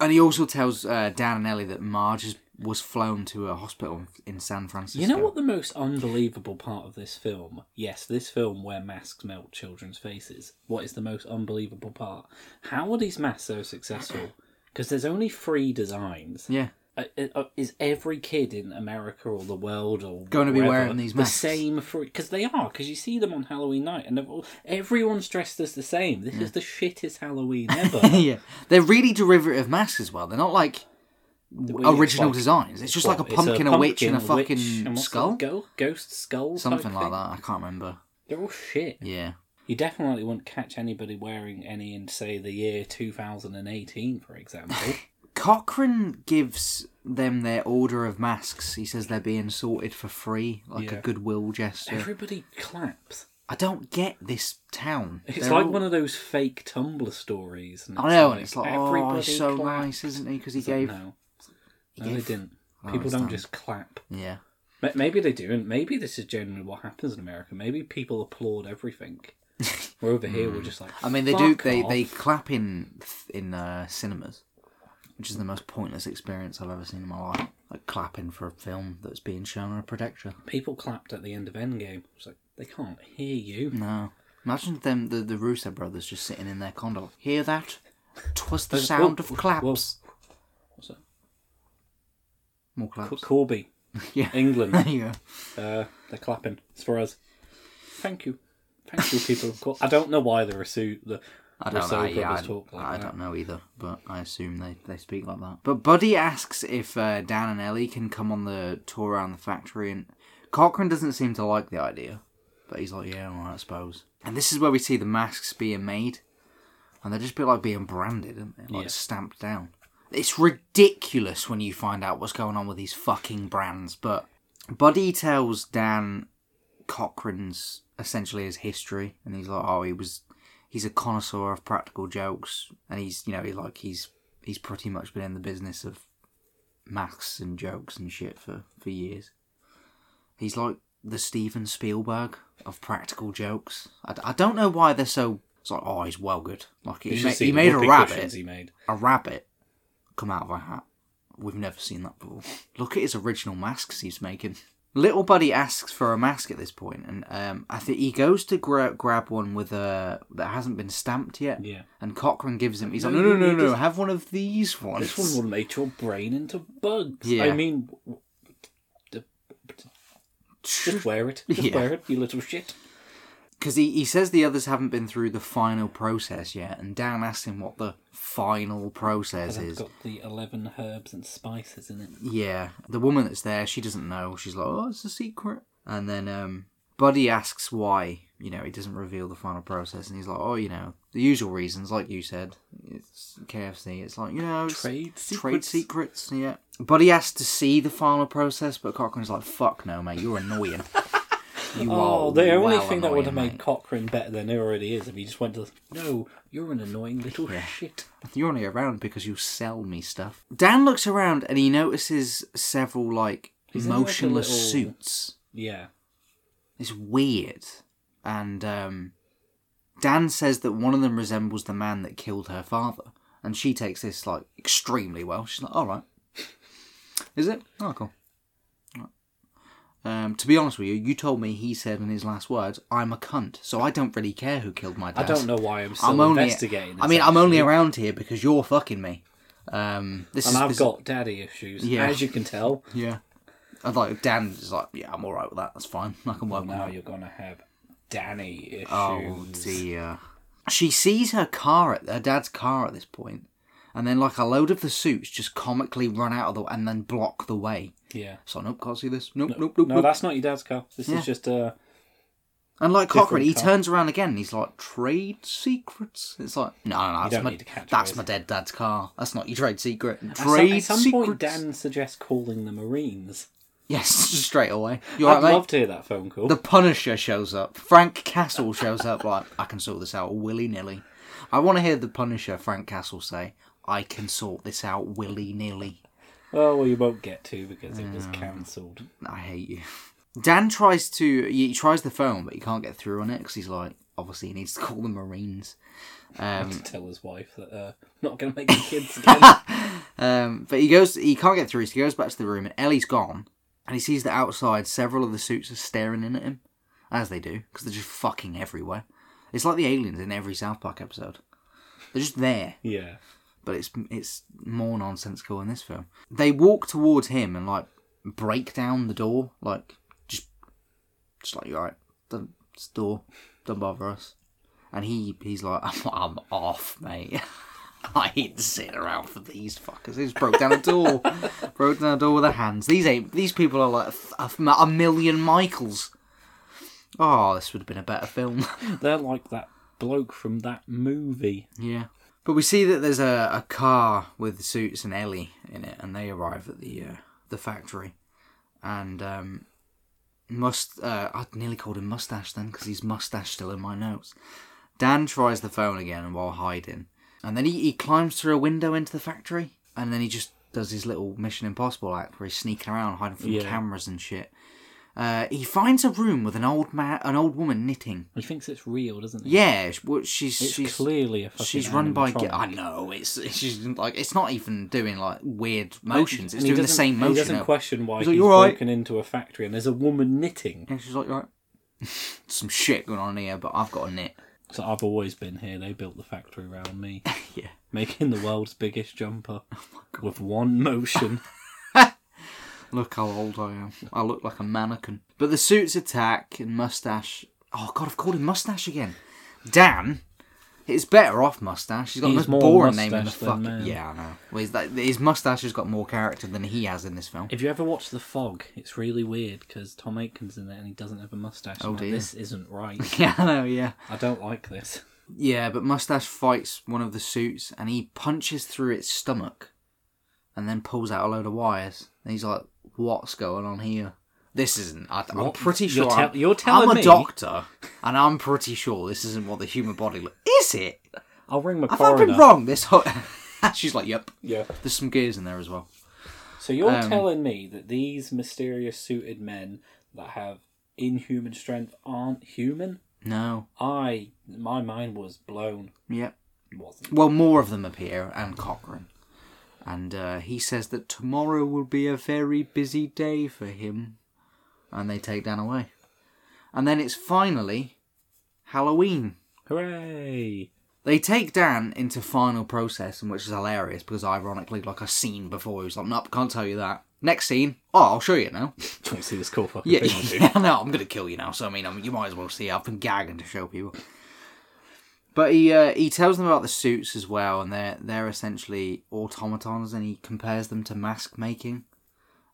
and he also tells uh, Dan and Ellie that Marge is, was flown to a hospital in San Francisco.
You know what the most unbelievable part of this film? Yes, this film where masks melt children's faces. What is the most unbelievable part? How are these masks so successful? Because there's only three designs.
Yeah,
Uh, uh, is every kid in America or the world or
Gonna be
wherever
wearing these masks?
The same three because they are because you see them on Halloween night and they're all, everyone's dressed as the same. This is the shittest Halloween ever.
yeah. They're really derivative masks as well. They're not like
Weird,
original
like-
designs. It's just like a
It's
pumpkin, a, witch, and a
pumpkin,
fucking
witch, and what's the
skull,
go- ghost skull, type
something like
thing.
that. I can't remember.
They're all shit.
Yeah,
You definitely wouldn't catch anybody wearing any in, say, the year 2018, for example.
Cochrane gives them their order of masks. He says they're being sorted for free, like a
Yeah.
goodwill gesture.
Everybody claps.
I don't get this town.
It's
They're
like
all-
one of those fake Tumblr stories. And
I know, and it's like, oh, he's so nice, isn't he? Because he
It's like,
gave,
No,
he
no they
gave-
didn't.
I
People don't
understand.
just clap.
Yeah,
Ma- Maybe they do, and maybe this is generally what happens in America. Maybe people applaud everything. We're over here, we're just like.
Hmm. I mean, they do.
"Fuck
They
off."
they clap in in uh, cinemas, which is the most pointless experience I've ever seen in my life. Like clapping for a film that's being shown on a projector.
people clapped at the end of Endgame. It's like they can't hear you.
No. Imagine them, the, the Russo brothers, just sitting in their condo. Hear that? 'Twas the
Those-
sound
whoa,
of
whoa,
claps.
whoa. What's that?
More
Cor-
claps.
Corby,
Yeah.
England.
There you go.
Uh, they're clapping. It's for us. Thank you. Thank you, people. of course. I don't know why the Rasu, the
I don't know.
Rousseau
yeah,
brothers
I,
talk like
I
that.
don't know either, but I assume they, they speak like that. But Buddy asks if uh, Dan and Ellie can come on the tour around the factory, and Cochrane doesn't seem to like the idea, but he's like, yeah, all right, I suppose. And this is where we see the masks being made, and they're just a bit like being branded, aren't they? Like
Yeah.
stamped down. It's ridiculous when you find out what's going on with these fucking brands, but Buddy tells Dan Cochrane's essentially his history, and he's like, oh, he was, he's a connoisseur of practical jokes, and he's, you know, he like he's he's pretty much been in the business of maths and jokes and shit for for years. He's like the Steven Spielberg of practical jokes. I, d- I don't know why they're so. It's like, oh, he's well good. Like
You
he,
should
ma-
see
he
the
made a
whoopee
rabbit,
cushions He made.
a rabbit come out of a hat. We've never seen that before. Look at his original masks he's making. Little Buddy asks for a mask at this point, and um, I think he goes to gra- grab one with a that hasn't been stamped yet.
Yeah.
And Cochrane gives him. He's like,
No,
no, no,
you
no,
need
no.
this-
Have one of these
This
ones.
one will make your brain into bugs.
Yeah.
I mean, w- d- d- just wear it. Just
Yeah.
wear it, you little shit.
Because he, he says the others haven't been through the final process yet, and Dan asks him what the final process
It's
is.
got the 11 herbs and spices in it.
Yeah, the woman that's there, she doesn't know. She's like, "Oh, it's a secret." And then um, Buddy asks why. You know, he doesn't reveal the final process, and he's like, "Oh, you know, the usual reasons, like you said, it's KFC. It's like you know, it's
Trade secrets.
trade secrets." Yeah, Buddy asks to see the final process, but Cochrane's like, "Fuck no, mate, you're annoying." You
Oh,
are
the only
well
thing that would have
annoying,
made Cochrane better than he already is if he just went to the, no, you're an annoying little shit.
mate. You're only around because you sell me stuff. Dan looks around and he notices several like
He's in, like, a
motionless
little-
suits.
Yeah,
It's weird. And um, Dan says that one of them resembles the man that killed her father. And she takes this like extremely well. She's like, all right. Is it? Oh, cool. All right. Um, to be honest with you, you told me he said in his last words, "I'm a cunt," so I don't really care who killed my dad.
I don't know why I'm still
I'm only.
investigating. This
I mean, I'm only
actually.
around here because you're fucking me. Um, this
and
is,
I've
this-
got daddy issues,
Yeah.
as you can tell.
yeah. I'd like Dan is like, yeah, I'm all right with that. That's fine. I can work with
Now
that.
you're gonna have Danny issues.
Oh dear. She sees her car at her dad's car at this point, and then like a load of the suits just comically run out of the and then block the way.
yeah.
So nope, can't see this. Nope, nope, nope,
No,
nope.
that's not your dad's car. This
Yeah.
is just uh, a.
And like
different
Cochrane, he
car.
turns around again and he's like, "Trade secrets." It's like, no, no, no that's
don't
my
need to catch
that's
those.
my dead dad's car. That's not your trade secret.
At
Trade
some, at some
secrets.
point, Dan suggests calling the Marines.
Yes, straight away. You're
I'd
right, mate.
love to hear that phone call.
The Punisher shows up. Frank Castle shows up like, I can sort this out willy nilly. I want to hear the Punisher, Frank Castle, say, I can sort this out willy nilly.
Oh well, you won't get to because it
Mm.
was cancelled.
I hate you. Dan tries to, he tries the phone, but he can't get through on it because he's like, obviously he needs to call the Marines. Um,
To tell his wife that uh, not going to make the kids again.
Um, but he goes, he can't get through, so he goes back to the room, and Ellie's gone, and he sees that outside several of the suits are staring in at him, as they do, because they're just fucking everywhere. It's like the aliens in every South Park episode. They're just there,
yeah,
but it's it's more nonsensical in this film. They walk towards him and like break down the door, like just just like you're right, don't it's a door, don't bother us. And he he's like, I'm, I'm off, mate. I ain't sitting around for these fuckers. They just broke down the door, broke down the door with their hands. These ain't these people are like a, a million Michaels. Oh, this would have been a better film.
they're like that bloke from that movie.
Yeah. But we see that there's a, a car with suits and Ellie in it, and they arrive at the uh, the factory, and um, must uh, I nearly called him mustache then because he's mustache still in my notes. Dan tries the phone again while hiding, and then he, he climbs through a window into the factory, and then he just does his little Mission Impossible act where he's sneaking around hiding from
Yeah.
cameras and shit. Uh, he finds a room with an old man, an old woman knitting.
He thinks it's real, doesn't he?
Yeah, sh- what- she's
it's
she's
clearly a. Fucking
She's run by.
animatronic.
Ga- I know it's she's like it's not even doing like weird motions. It's
And he
doing the
doesn't-
same
He doesn't
motion.
question why he's,
He's like, "You all right?"
broken into a factory and there's a woman knitting.
And she's like, right, some shit going on here, but I've got a knit.
So I've always been here. They built the factory around me,
Yeah.
making the world's biggest jumper with one motion.
Look how old I am. I look like a mannequin. But the suits attack and mustache. Oh god, I've called him mustache again. Dan. It's better off mustache. He's got
He's
the
more
most boring name in the
mustache than
fucking.
man.
Yeah, I know. Well, he's like, his mustache has got more character than he has in this film.
If you ever watch The Fog, it's really weird because Tom Aitken's in there and he doesn't have a mustache. I'm like,
dear.
This isn't right.
yeah, I know. Yeah.
I don't like this.
Yeah, but Mustache fights one of the suits and he punches through its stomach and then pulls out a load of wires. And he's like, what's going on here? This isn't. I, I'm
What?
pretty sure.
You're tell-
I'm,
you're
I'm
telling
a
me-
doctor and I'm pretty sure this isn't what the human body look. Is it?
I'll ring my
Have I
coroner.
been wrong this whole. She's like, yep.
Yeah.
There's some gears in there as well.
So you're
Um,
telling me that these mysterious suited men that have inhuman strength aren't human?
No.
I my mind was blown.
Yep.
It wasn't.
Well, more of them appear and Cochrane. And uh, he says that tomorrow will be a very busy day for him. And they take Dan away. And then it's finally Halloween.
Hooray!
They take Dan into final process, and which is hilarious because ironically, like a scene before, he was like, "Nope, can't tell you that." Next scene, oh, I'll show you now.
Do you want to see this cool fucking
Yeah,
thing I do?
yeah, no, I'm gonna kill you now. So I mean, I mean, you might as well see. I've been gagging to show people. But he uh, he tells them about the suits as well, and they're they're essentially automatons, and he compares them to mask making.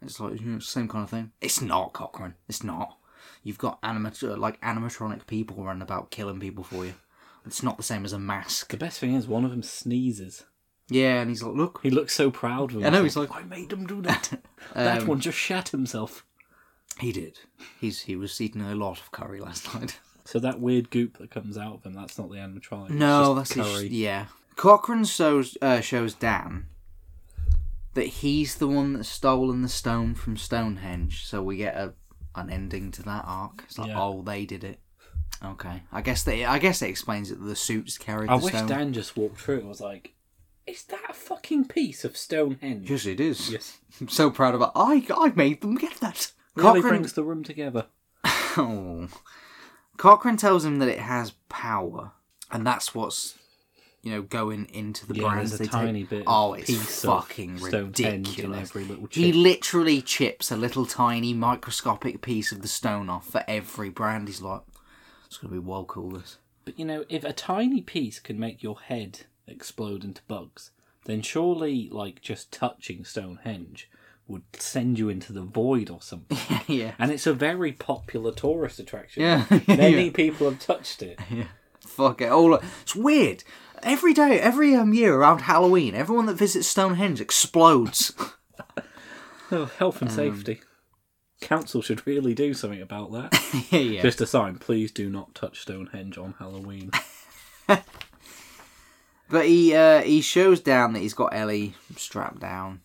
It's like you know, same kind of thing. It's not Cochrane. It's not. You've got animat- uh, like animatronic people running about killing people for you. It's not the same as a mask.
The best thing is one of them sneezes.
Yeah, and he's like, look,
He looks so proud of himself.
I know, he's like- Um,
I made him do that. that one just shat himself.
He did. He's he was eating a lot of curry last night.
So that weird goop that comes out of him, that's not the animatronic.
No,
it's
that's
just
his-
curry.
yeah. Cochrane shows uh, shows Dan that he's the one that's stolen the stone from Stonehenge, so we get a an ending to that arc. It's like,
Yeah.
oh, they did it. Okay, I guess that I guess it explains that the suits carried
I
the
wish
stone.
Dan just walked through and was like, "Is that a fucking piece of Stonehenge?"
yes, it is.
yes.
I'm so proud of it. I I made them get that.
Really
Cochrane
brings the room together.
Oh. Cochrane tells him that it has power, and that's what's you know going into the
Yeah,
brands
there's
they
a
take.
tiny bit.
oh,
of
it's
piece of
fucking
Stonehenge in
ridiculous.
every little
He
chip.
literally chips a little tiny microscopic piece of the stone off for every brand. He's like, it's gonna be well cool. This.
But you know, if a tiny piece can make your head explode into bugs, then surely, like, just touching Stonehenge would send you into the void or something.
yeah.
and it's a very popular tourist attraction.
Yeah.
Many
yeah.
people have touched it.
Fuck it. All it's weird. Every day, every um, year around Halloween, everyone that visits Stonehenge explodes.
Oh, health
Um,
and safety. Council should really do something about that.
yeah, yeah.
Just a sign, please do not touch Stonehenge on Halloween.
But he uh, he shows down that he's got Ellie strapped down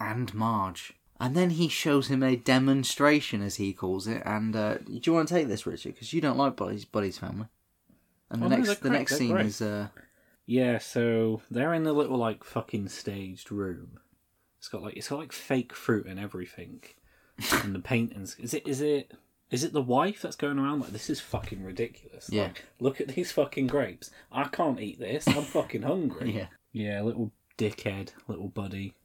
and Marge. And then he shows him a demonstration, as he calls it. And uh, do you want to take this, Richard? Because you don't like Buddy's, Buddy's family. And the
Oh, no,
next
they're
the
great,
next
they're
scene
great.
is uh,
yeah, so they're in the little like fucking staged room. It's got like it's got like fake fruit and everything. and the paintings. Is it is it is it the wife that's going around like this is fucking ridiculous.
Yeah.
Like, look at these fucking grapes. I can't eat this. I'm fucking hungry.
yeah
Yeah, little dickhead, little buddy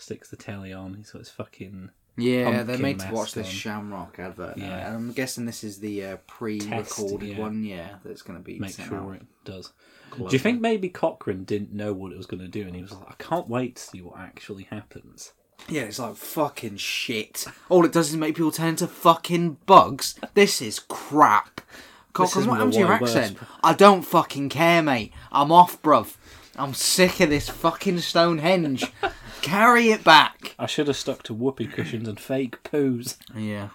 sticks the telly on. He's got his fucking
yeah they're
Pumpkin
made to watch
mask
this
on.
Shamrock advert. now,
Yeah.
and I'm guessing this is the uh, pre-recorded
Test, yeah.
one. Yeah, that's going to be
make
sent
sure
out.
it does. Do you think maybe Cochrane didn't know what it was going to do, and he was like, "I can't wait to see what actually happens."
Yeah, it's like fucking shit. All it does is make people turn into fucking bugs. This is crap. Cockles,
is
what
my
happened to your
wide worst.
accent? I don't fucking care, mate. I'm off, bruv. I'm sick of this fucking Stonehenge. Carry it back.
I should have stuck to whoopee cushions and fake poos.
Yeah.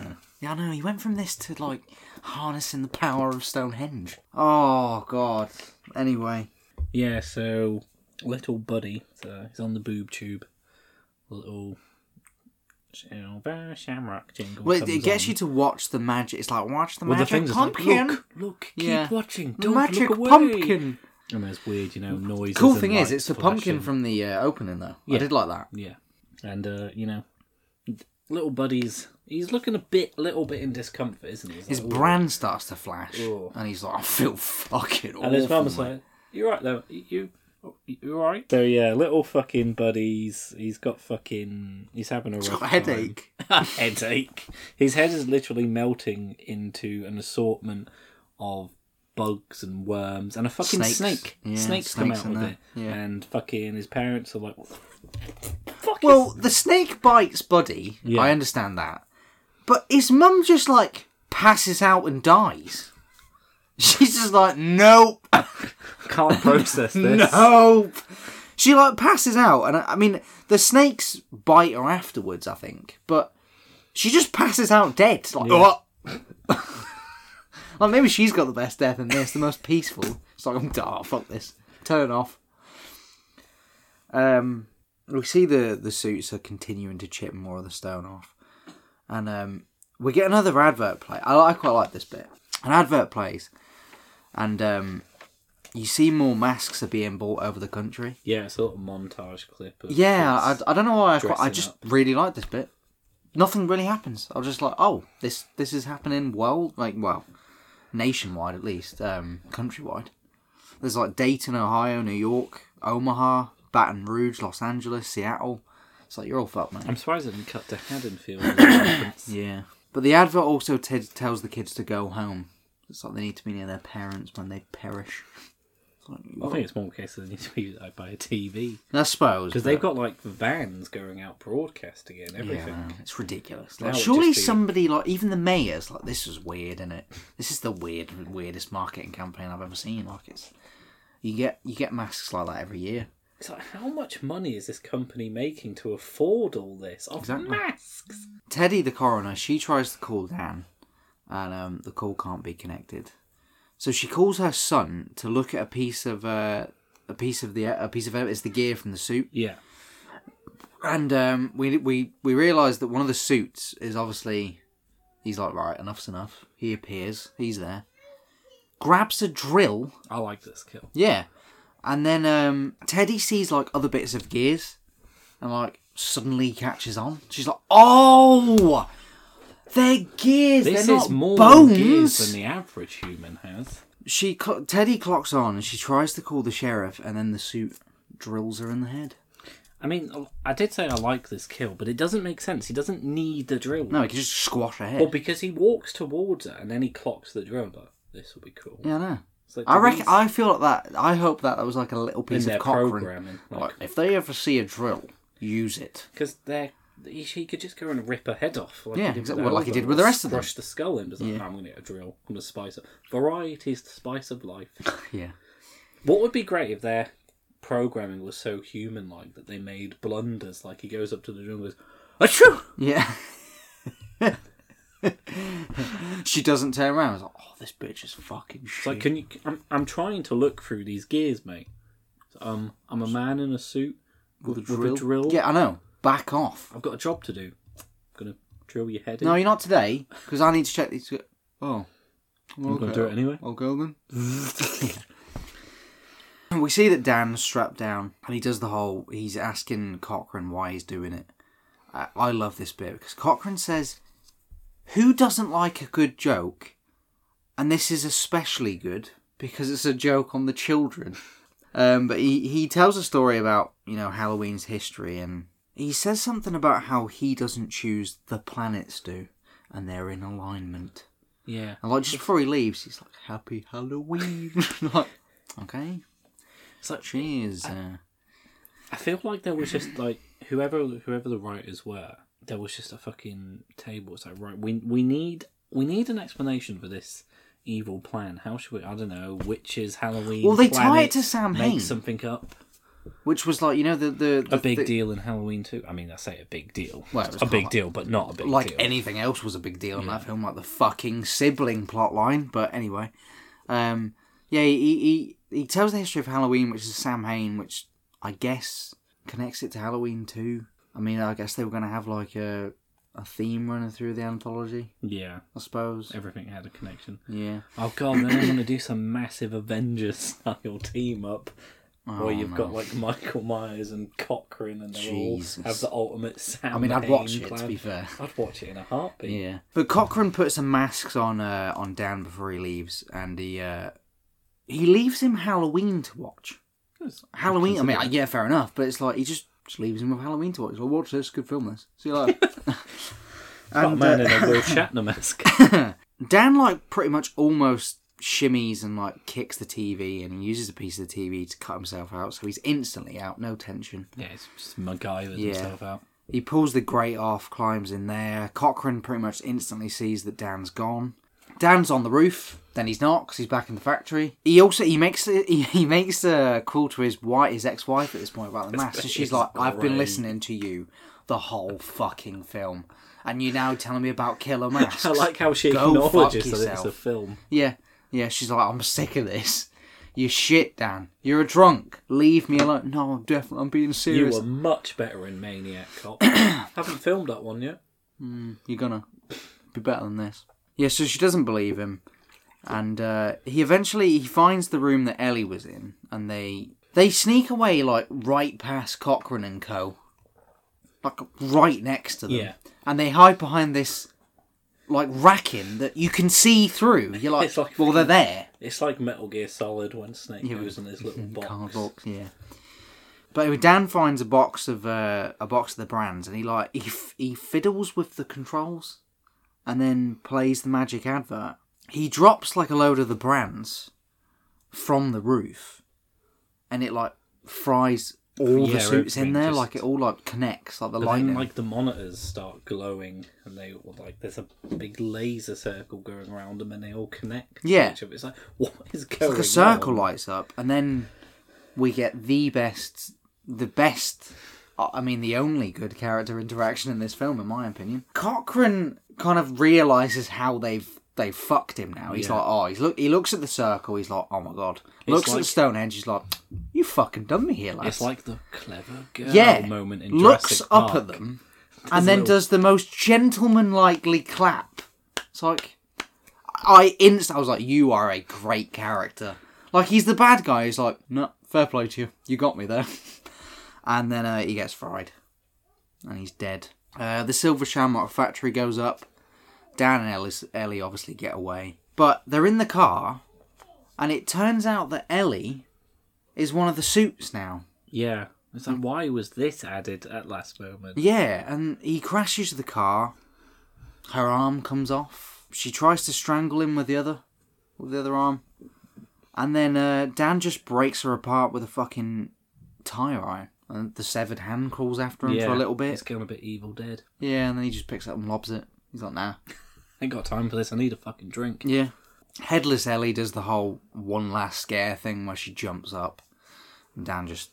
Yeah, I know. He went from this to like harnessing the power of Stonehenge. Oh god. Anyway,
Yeah, so little buddy, so he's on the boob tube. Little silver shamrock jingle.
well, it,
comes
it gets
on.
you to watch the magic. It's like watch the
Well, the
magic
things
pumpkin.
Like, look, look, keep
Yeah.
watching.
The
Don't
magic
look away.
pumpkin.
And there's weird, you know, noises.
Cool
and
thing is,
lights
it's the
flashing.
pumpkin from the uh, opening though. I
Yeah.
did like that.
Yeah, and uh, you know, little buddy's he's looking a bit, little bit in discomfort, isn't he? He's
His
like,
brand starts to flash,
Ooh.
and he's like, "I feel fucking
"Ooh." and his
awful."
mum's like, "You're right though. You." You alright? So yeah, little fucking buddies. He's got fucking. He's having a
He's
rough
got a
time.
headache.
headache. His head is literally melting into an assortment of bugs and worms and a fucking
Snakes.
snake.
Yeah,
snakes come
snakes
out
in
with
there.
it,
Yeah.
and fucking his parents are like, "What the fuck?" is
Well, the snake bites Buddy.
Yeah.
I understand that, but his mum just like passes out and dies. She's just like, "Nope,
can't process this.
nope." She like passes out, and I, I mean, the snakes bite her afterwards, I think, but she just passes out dead. Like, "Oh." Like maybe she's got the best death in this, the most peaceful. It's like I'm d- oh, fuck this. Turn it off. Um we see the the suits are continuing to chip more of the stone off. And um we get another advert play. I, li- I quite like this bit. An advert plays and um you see more masks are being bought over the country.
Yeah, it's a little montage clip. Of
Yeah, I,
kids.
I don't know why I, quite, I
dressing
just
up.
really like this bit. Nothing really happens. I was just like, oh, this this is happening well, like well, nationwide at least, um, countrywide. There's like Dayton, Ohio, New York, Omaha, Baton Rouge, Los Angeles, Seattle. It's like you're all fucked, man.
I'm surprised I didn't cut to Haddonfield. as a reference.
Yeah, but the advert also t- tells the kids to go home. It's like they need to be near their parents when they perish. It's like,
I think it's more a case of they need to be like, by a TV
I suppose
because
but-
they've got like vans going out broadcasting and
Yeah,
everything.
man, it's ridiculous.
Now
Like,
it
surely
just be-
somebody like even the mayor's like this is weird, isn't it? This is the weird, weirdest marketing campaign I've ever seen. Like it's you get you get masks like that every year.
It's like, how much money is this company making to afford all this? Of
Exactly.
masks.
Teddy, the coroner, she tries to call Dan, and um, the call can't be connected. So she calls her son to look at a piece of uh, a piece of the a piece of it's the gear from the suit,
Yeah.
and um, we we we realise that one of the suits is obviously he's like right enough's enough. He appears, he's there, grabs a drill,
I like this kill.
yeah, and then um, Teddy sees like other bits of gears, and like suddenly catches on. She's like, oh, they're gears.
This
they're
is
not
more
bones.
gears than the average human has.
she cl- Teddy clocks on and she tries to call the sheriff, and then the suit drills her in the head.
I mean, oh, I did say I like this kill, but it doesn't make sense. He doesn't need the drill.
No, he can just squash her head.
Well, because he walks towards her and then he clocks the drill. Like, this will be cool.
yeah, I know.
It's like,
I
do
reckon.
these-
I feel like that. I hope that that was like a little
in
piece
their
of cock
programming.
Like, if they ever see a drill, use it.
Because they're. He, he could just go and rip her head off. Like
Yeah,
with
exactly.
that
Well, like
other
he did
one,
with the
or
rest of them.
Crush the skull in. Just like,
Yeah.
"No, I'm going to get a drill. I'm going to spice up. Variety is the spice of life.
Yeah.
What would be great if their programming was so human like that they made blunders? Like he goes up to the drill and goes, Achoo!
Yeah. she doesn't turn around. I was like, oh, this bitch is fucking shit.
It's like, can you. I'm, I'm trying to look through these gears, mate. Um, I'm a man in a suit with, with a, drill.
Yeah, I know. Back off.
I've got a job to do. I'm going to drill your head in.
No, you're not today, because I need to check these. Oh.
I'm going to do it anyway.
I'll go then. And we see that Dan's strapped down and he does the whole, he's asking Cochrane why he's doing it. I, I love this bit because Cochrane says, Who doesn't like a good joke? And this is especially good because it's a joke on the children. Um, but he, he tells a story about, you know, Halloween's history and he says something about how he doesn't choose, the planets do, and they're in alignment.
Yeah.
And like just before he leaves, he's like, "Happy Halloween!" like, okay,
It's like,
cheers. uh,
I feel like there was just like whoever whoever the writers were, there was just a fucking table. It's like right, we we need we need an explanation for this evil plan. How should we? I don't know. Witches, Halloween.
Well, they tie it
planets,
to Sam
Make
Hain.
something up.
which was like, you know, the the,
A
the-
big
the-
deal in Halloween too. I mean, I say a big deal.
Well, it
It's
was
a big
quite-
deal, but not a big
Like
deal.
anything else was a big deal in that film, like the fucking sibling plotline. But anyway, um, yeah, he, he he tells the history of Halloween, which is Sam Hain, which I guess connects it to Halloween too. I mean, I guess they were gonna have like a a theme running through the anthology,
yeah,
I suppose.
everything had a connection.
Yeah.
Oh god, then I'm gonna do some massive Avengers style team up.
Oh,
where you've got like Michael Myers and Cochrane, and they all
Jesus.
have the ultimate Sam.
I mean, I'd
Hain
watch it to
plan.
be fair.
I'd watch it in a heartbeat.
Yeah, but Cochrane puts some masks on uh, on Dan before he leaves, and he uh, he leaves him Halloween to watch.
Yes.
Halloween. I mean, uh, yeah, fair enough, but it's like he just, just leaves him with Halloween to watch. Well, watch this, good film. This. See you later.
That
and
man
uh,
in a Will Shatner mask.
Dan like pretty much almost shimmies and like kicks the TV, and he uses a piece of the TV to cut himself out, so he's instantly out, no tension.
yeah, it's just MacGyvered
Yeah.
himself out.
He pulls the grate off, climbs in there. Cochrane pretty much instantly sees that Dan's gone. Dan's on the roof. Then he's not because he's back in the factory. He also he makes he, he makes a call to his wife, his ex wife at this point about the mask, and she's
it's
like, "I've been
great.
listening to you the whole fucking film, and you're now telling me about killer masks."
I like how she
Go
acknowledges
fuck
that it's a
yourself.
film.
Yeah, yeah. She's like, "I'm sick of this. You shit, Dan. You're a drunk. Leave me alone." No, I'm definitely. I'm being
You
serious.
were much better in Maniac Cop. Haven't filmed that one yet.
You're gonna be better than this. Yeah, so she doesn't believe him, and uh, he eventually he finds the room that Ellie was in, and they they sneak away like right past Cochrane and Co. Like right next to them,
Yeah.
and they hide behind this like racking that you can see through. You're like,
It's like-
well, they're there.
It's like Metal Gear Solid when Snake
Yeah,
goes in this little box.
Card box, yeah. But anyway, Dan finds a box of uh, a box of the brands, and he like he, f- he fiddles with the controls, and then plays the magic advert. He drops like a load of the brands from the roof, and it like fries all
Yeah,
the suits in
everything
there,
just-
like it all like connects, like the
But
lightning.
then, like the monitors start glowing, and they all, like there's a big laser circle going around them, and they all connect. to
Yeah.
each other. it's like what is going
like a circle
on?
lights up, and then we get the best the best, uh, I I mean, the only good character interaction in this film, in my opinion. Cochrane kind of realizes how they've they fucked him now. He's
Yeah.
like, oh, he's look. He looks at the circle. He's like, oh my god.
It's
looks
like-
at Stonehenge. He's like, you fucking done me here, lads.
It's like the clever girl
yeah,
moment in
looks
Jurassic
up
Park.
at them, and then does the most gentlemanlikely clap. It's like I inst. I was like, you are a great character. Like he's the bad guy. He's like, no, fair play to you. You got me there. and then uh, he gets fried, and he's dead. Uh, the Silver Shamrock Factory goes up. Dan and Ellis, Ellie obviously get away, but they're in the car, and it turns out that Ellie is one of the suits now.
Yeah. It's
Mm.
like, why was this added at last moment?
Yeah, and he crashes the car. Her arm comes off. She tries to strangle him with the other, with the other arm, and then uh, Dan just breaks her apart with a fucking tire iron. And the severed hand crawls after him for a little bit.
It's gone a bit Evil Dead.
Yeah, and then he just picks it up and lobs it. He's like, nah.
I ain't got time for this. I need a fucking drink.
Yeah. Headless Ellie does the whole one last scare thing where she jumps up and Dan just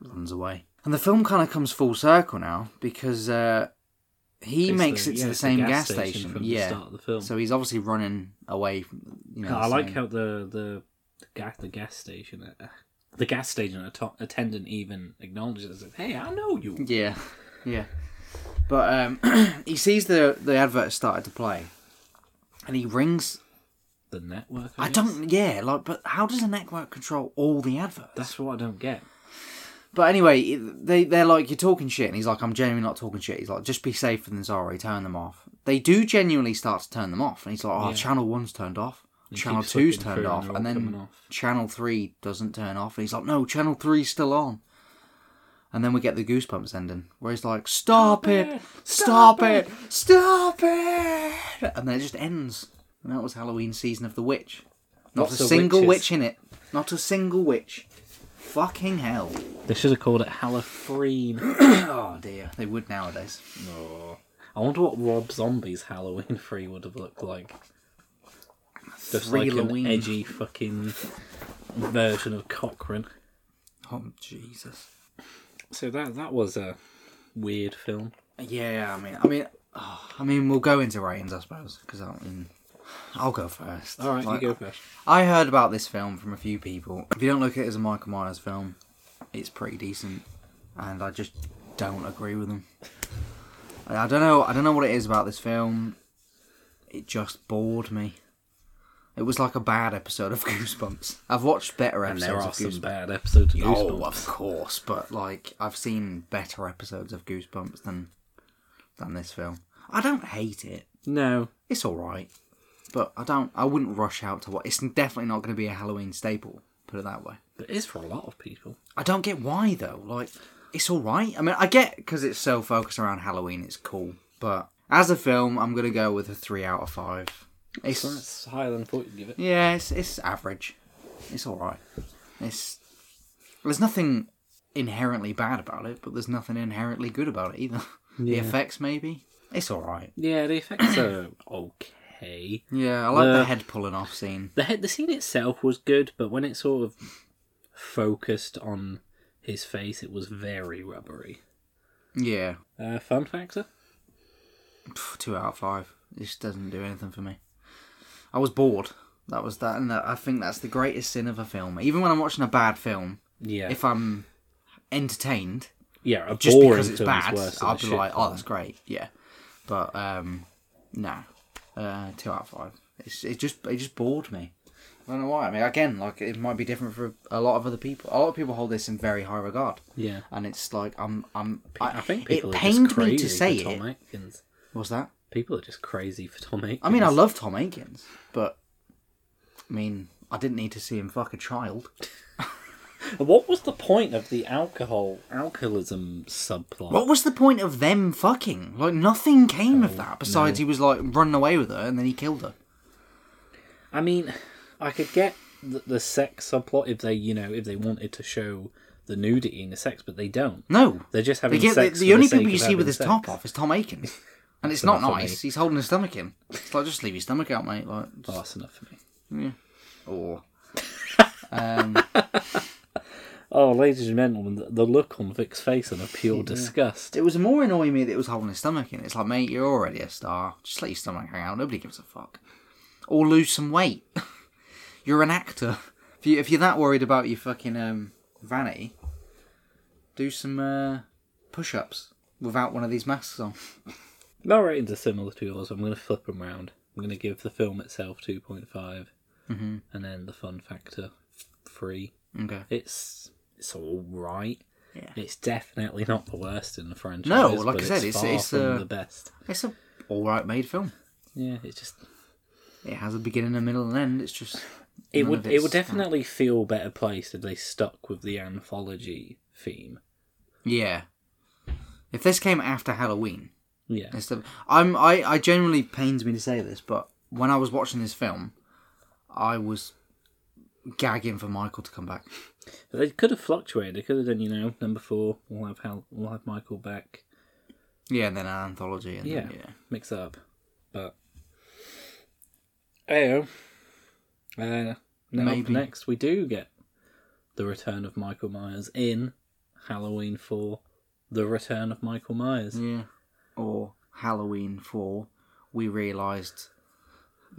runs away. And the film kind of comes full circle now because uh, he
It's
makes
the-
it to
yeah,
the
it's
same gas, station.
from the
yeah.
start of the film.
So he's obviously running away. From, you know,
I
the
like
same-
how the the the gas the gas station uh, the gas station atto- attendant even acknowledges it. Hey, I know you.
Yeah, yeah. But um, he sees the the advert started to play, and he rings.
The network.
I
guess.
don't. Yeah, like, but how does a network control all the adverts?
That's what I don't get.
But anyway, they they're like you're talking shit, and he's like, I'm genuinely not talking shit. He's like, just be safer than sorry, turn them off. They do genuinely start to turn them off, and he's like, oh,
Yeah.
channel one's turned off,
He
channel
keeps
two's
flicking
turned
through
off,
they're all
and then
coming off.
channel three doesn't turn off, and he's like, no, channel three's still on. And then we get the goosebumps ending, where he's like, stop it, stop it, stop it, and then it just ends. And that was Halloween season of the witch. Not
Lots
a
of
single
witches.
witch in it. Not a single witch. Fucking hell.
they should have called it Halloween.
Oh dear, they would nowadays.
oh. I wonder what Rob Zombie's Halloween Free would have looked like. Just like
Three-Loween.
an edgy fucking version of Cochrane.
Oh Jesus.
So that that was a weird film.
Yeah, I mean, I mean, oh, I mean, we'll go into ratings, I suppose, because I mean, I'll go first.
All right,
Like,
you go first.
I heard about this film from a few people. If you don't look at it as a Michael Myers film, it's pretty decent, and I just don't agree with them. I I don't know. I don't know what it is about this film. It just bored me. It was like a bad episode of Goosebumps. I've watched better
And
episodes
there
of
are some
Goosebumps.
bad episodes. Of
Oh,
Goosebumps.
of course, but like I've seen better episodes of Goosebumps than than this film. I don't hate it.
no,
It's all right, but I don't. I wouldn't rush out to what. It's definitely not going to be a Halloween staple. Put it that way.
but it is for a lot of people.
I don't get why though. Like it's all right. I mean, I get because it's so focused around Halloween. It's cool, but as a film, I'm gonna go with a three out of five. It's
So that's higher than I thought you'd give it.
Yeah, it's it's average. It's all right. It's there's nothing inherently bad about it, but there's nothing inherently good about it either.
Yeah.
The effects, maybe. It's all right.
Yeah, the effects are okay.
Yeah, I like the
The-
head pulling off scene.
The head, the scene itself was good, but when it sort of focused on his face, it was very rubbery.
Yeah,
Uh, fun factor?
Pff, two out of five. This doesn't do anything for me. I was bored. That was that, and that, I think that's the greatest sin of a film. Even when I'm watching a bad film,
Yeah,
if I'm entertained,
yeah. A
just
boring
because it's
film's
bad,
worse than
I'll
a
be
shit
like, oh,
film.
that's great, yeah. But um, no, uh, two out of five. It's, it just it just bored me. I don't know why. I mean, again, like it might be different for a lot of other people. A lot of people hold this in very high regard,
yeah.
and it's like I'm I'm.
I, think people
it
are just
pained
crazy
me to say
for Tom
it.
Atkins.
What's that?
People are just crazy for Tom Atkins.
I mean, I love Tom Atkins, but I mean, I didn't need to see him fuck a child.
What was the point of the alcohol alcoholism subplot?
What was the point of them fucking? Like nothing came
Oh,
of that. Besides, he was like running away with her, and then he killed her.
I mean, I could get the, the sex subplot if they, you know, if they wanted to show the nudity in the sex, but they don't.
No,
They're just
They
having
get- the,
sex.
the
for
only
sake
people you
of
see
having
with his
sex.
top off is Tom Aiken, and it's not
enough for me.
nice. He's holding his stomach in. It's like just leave your stomach out, mate. Like,
Oh,
just, oh. Um,
that's enough for me.
yeah. or
Oh, ladies and gentlemen, the- the look on Vic's face and a pure disgust.
It was more annoying me that it was holding his stomach in. It's like, mate, you're already a star. Just let your stomach hang out. Nobody gives a fuck. Or lose some weight. you're an actor. If, you, if you're that worried about your fucking um, vanity, do some uh, push ups without one of these masks on.
My ratings are similar to yours. I'm going to flip them round. I'm going to give the film itself 2.5
Mm-hmm.
and then the fun factor 3.
Okay.
It's it's all right.
Yeah.
It's definitely not the worst in the franchise.
No, like
but
I said, it's-
far
it's,
from
uh,
the best.
It's a alright made film.
Yeah, it's just
It has a beginning, a middle, and end. It's just.
it
none
would
of
it would
it's-
definitely feel better placed if they stuck with the anthology theme.
Yeah. If this came after Halloween,
Yeah,
and stuff. I'm I I genuinely pains me to say this, but when I was watching this film, I was gagging for Michael to come back.
But they could have fluctuated. They could have done you know number four. We'll have Hal, we'll have Michael back.
Yeah, and then an anthology, and
Yeah,
then, yeah.
mix it up. But oh, uh, now up
Maybe.
next we do get the return of Michael Myers in Halloween Four. The return of Michael Myers.
yeah, or Halloween four, we realised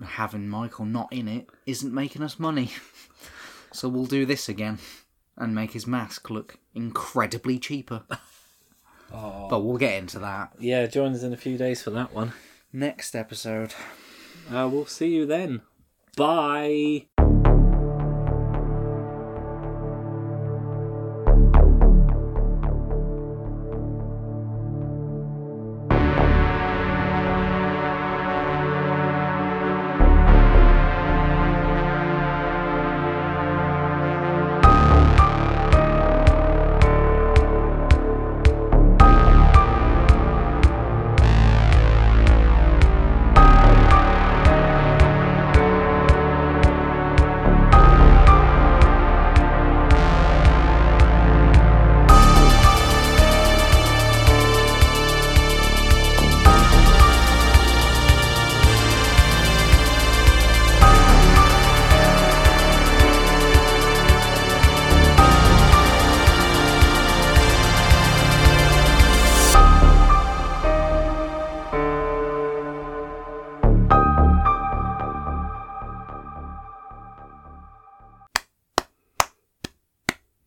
having Michael not in it isn't making us money, so we'll do this again and make his mask look incredibly cheaper.
Oh.
But we'll get into that
Yeah, join us in a few days for that one.
next episode.
Uh, we'll see you then. Bye.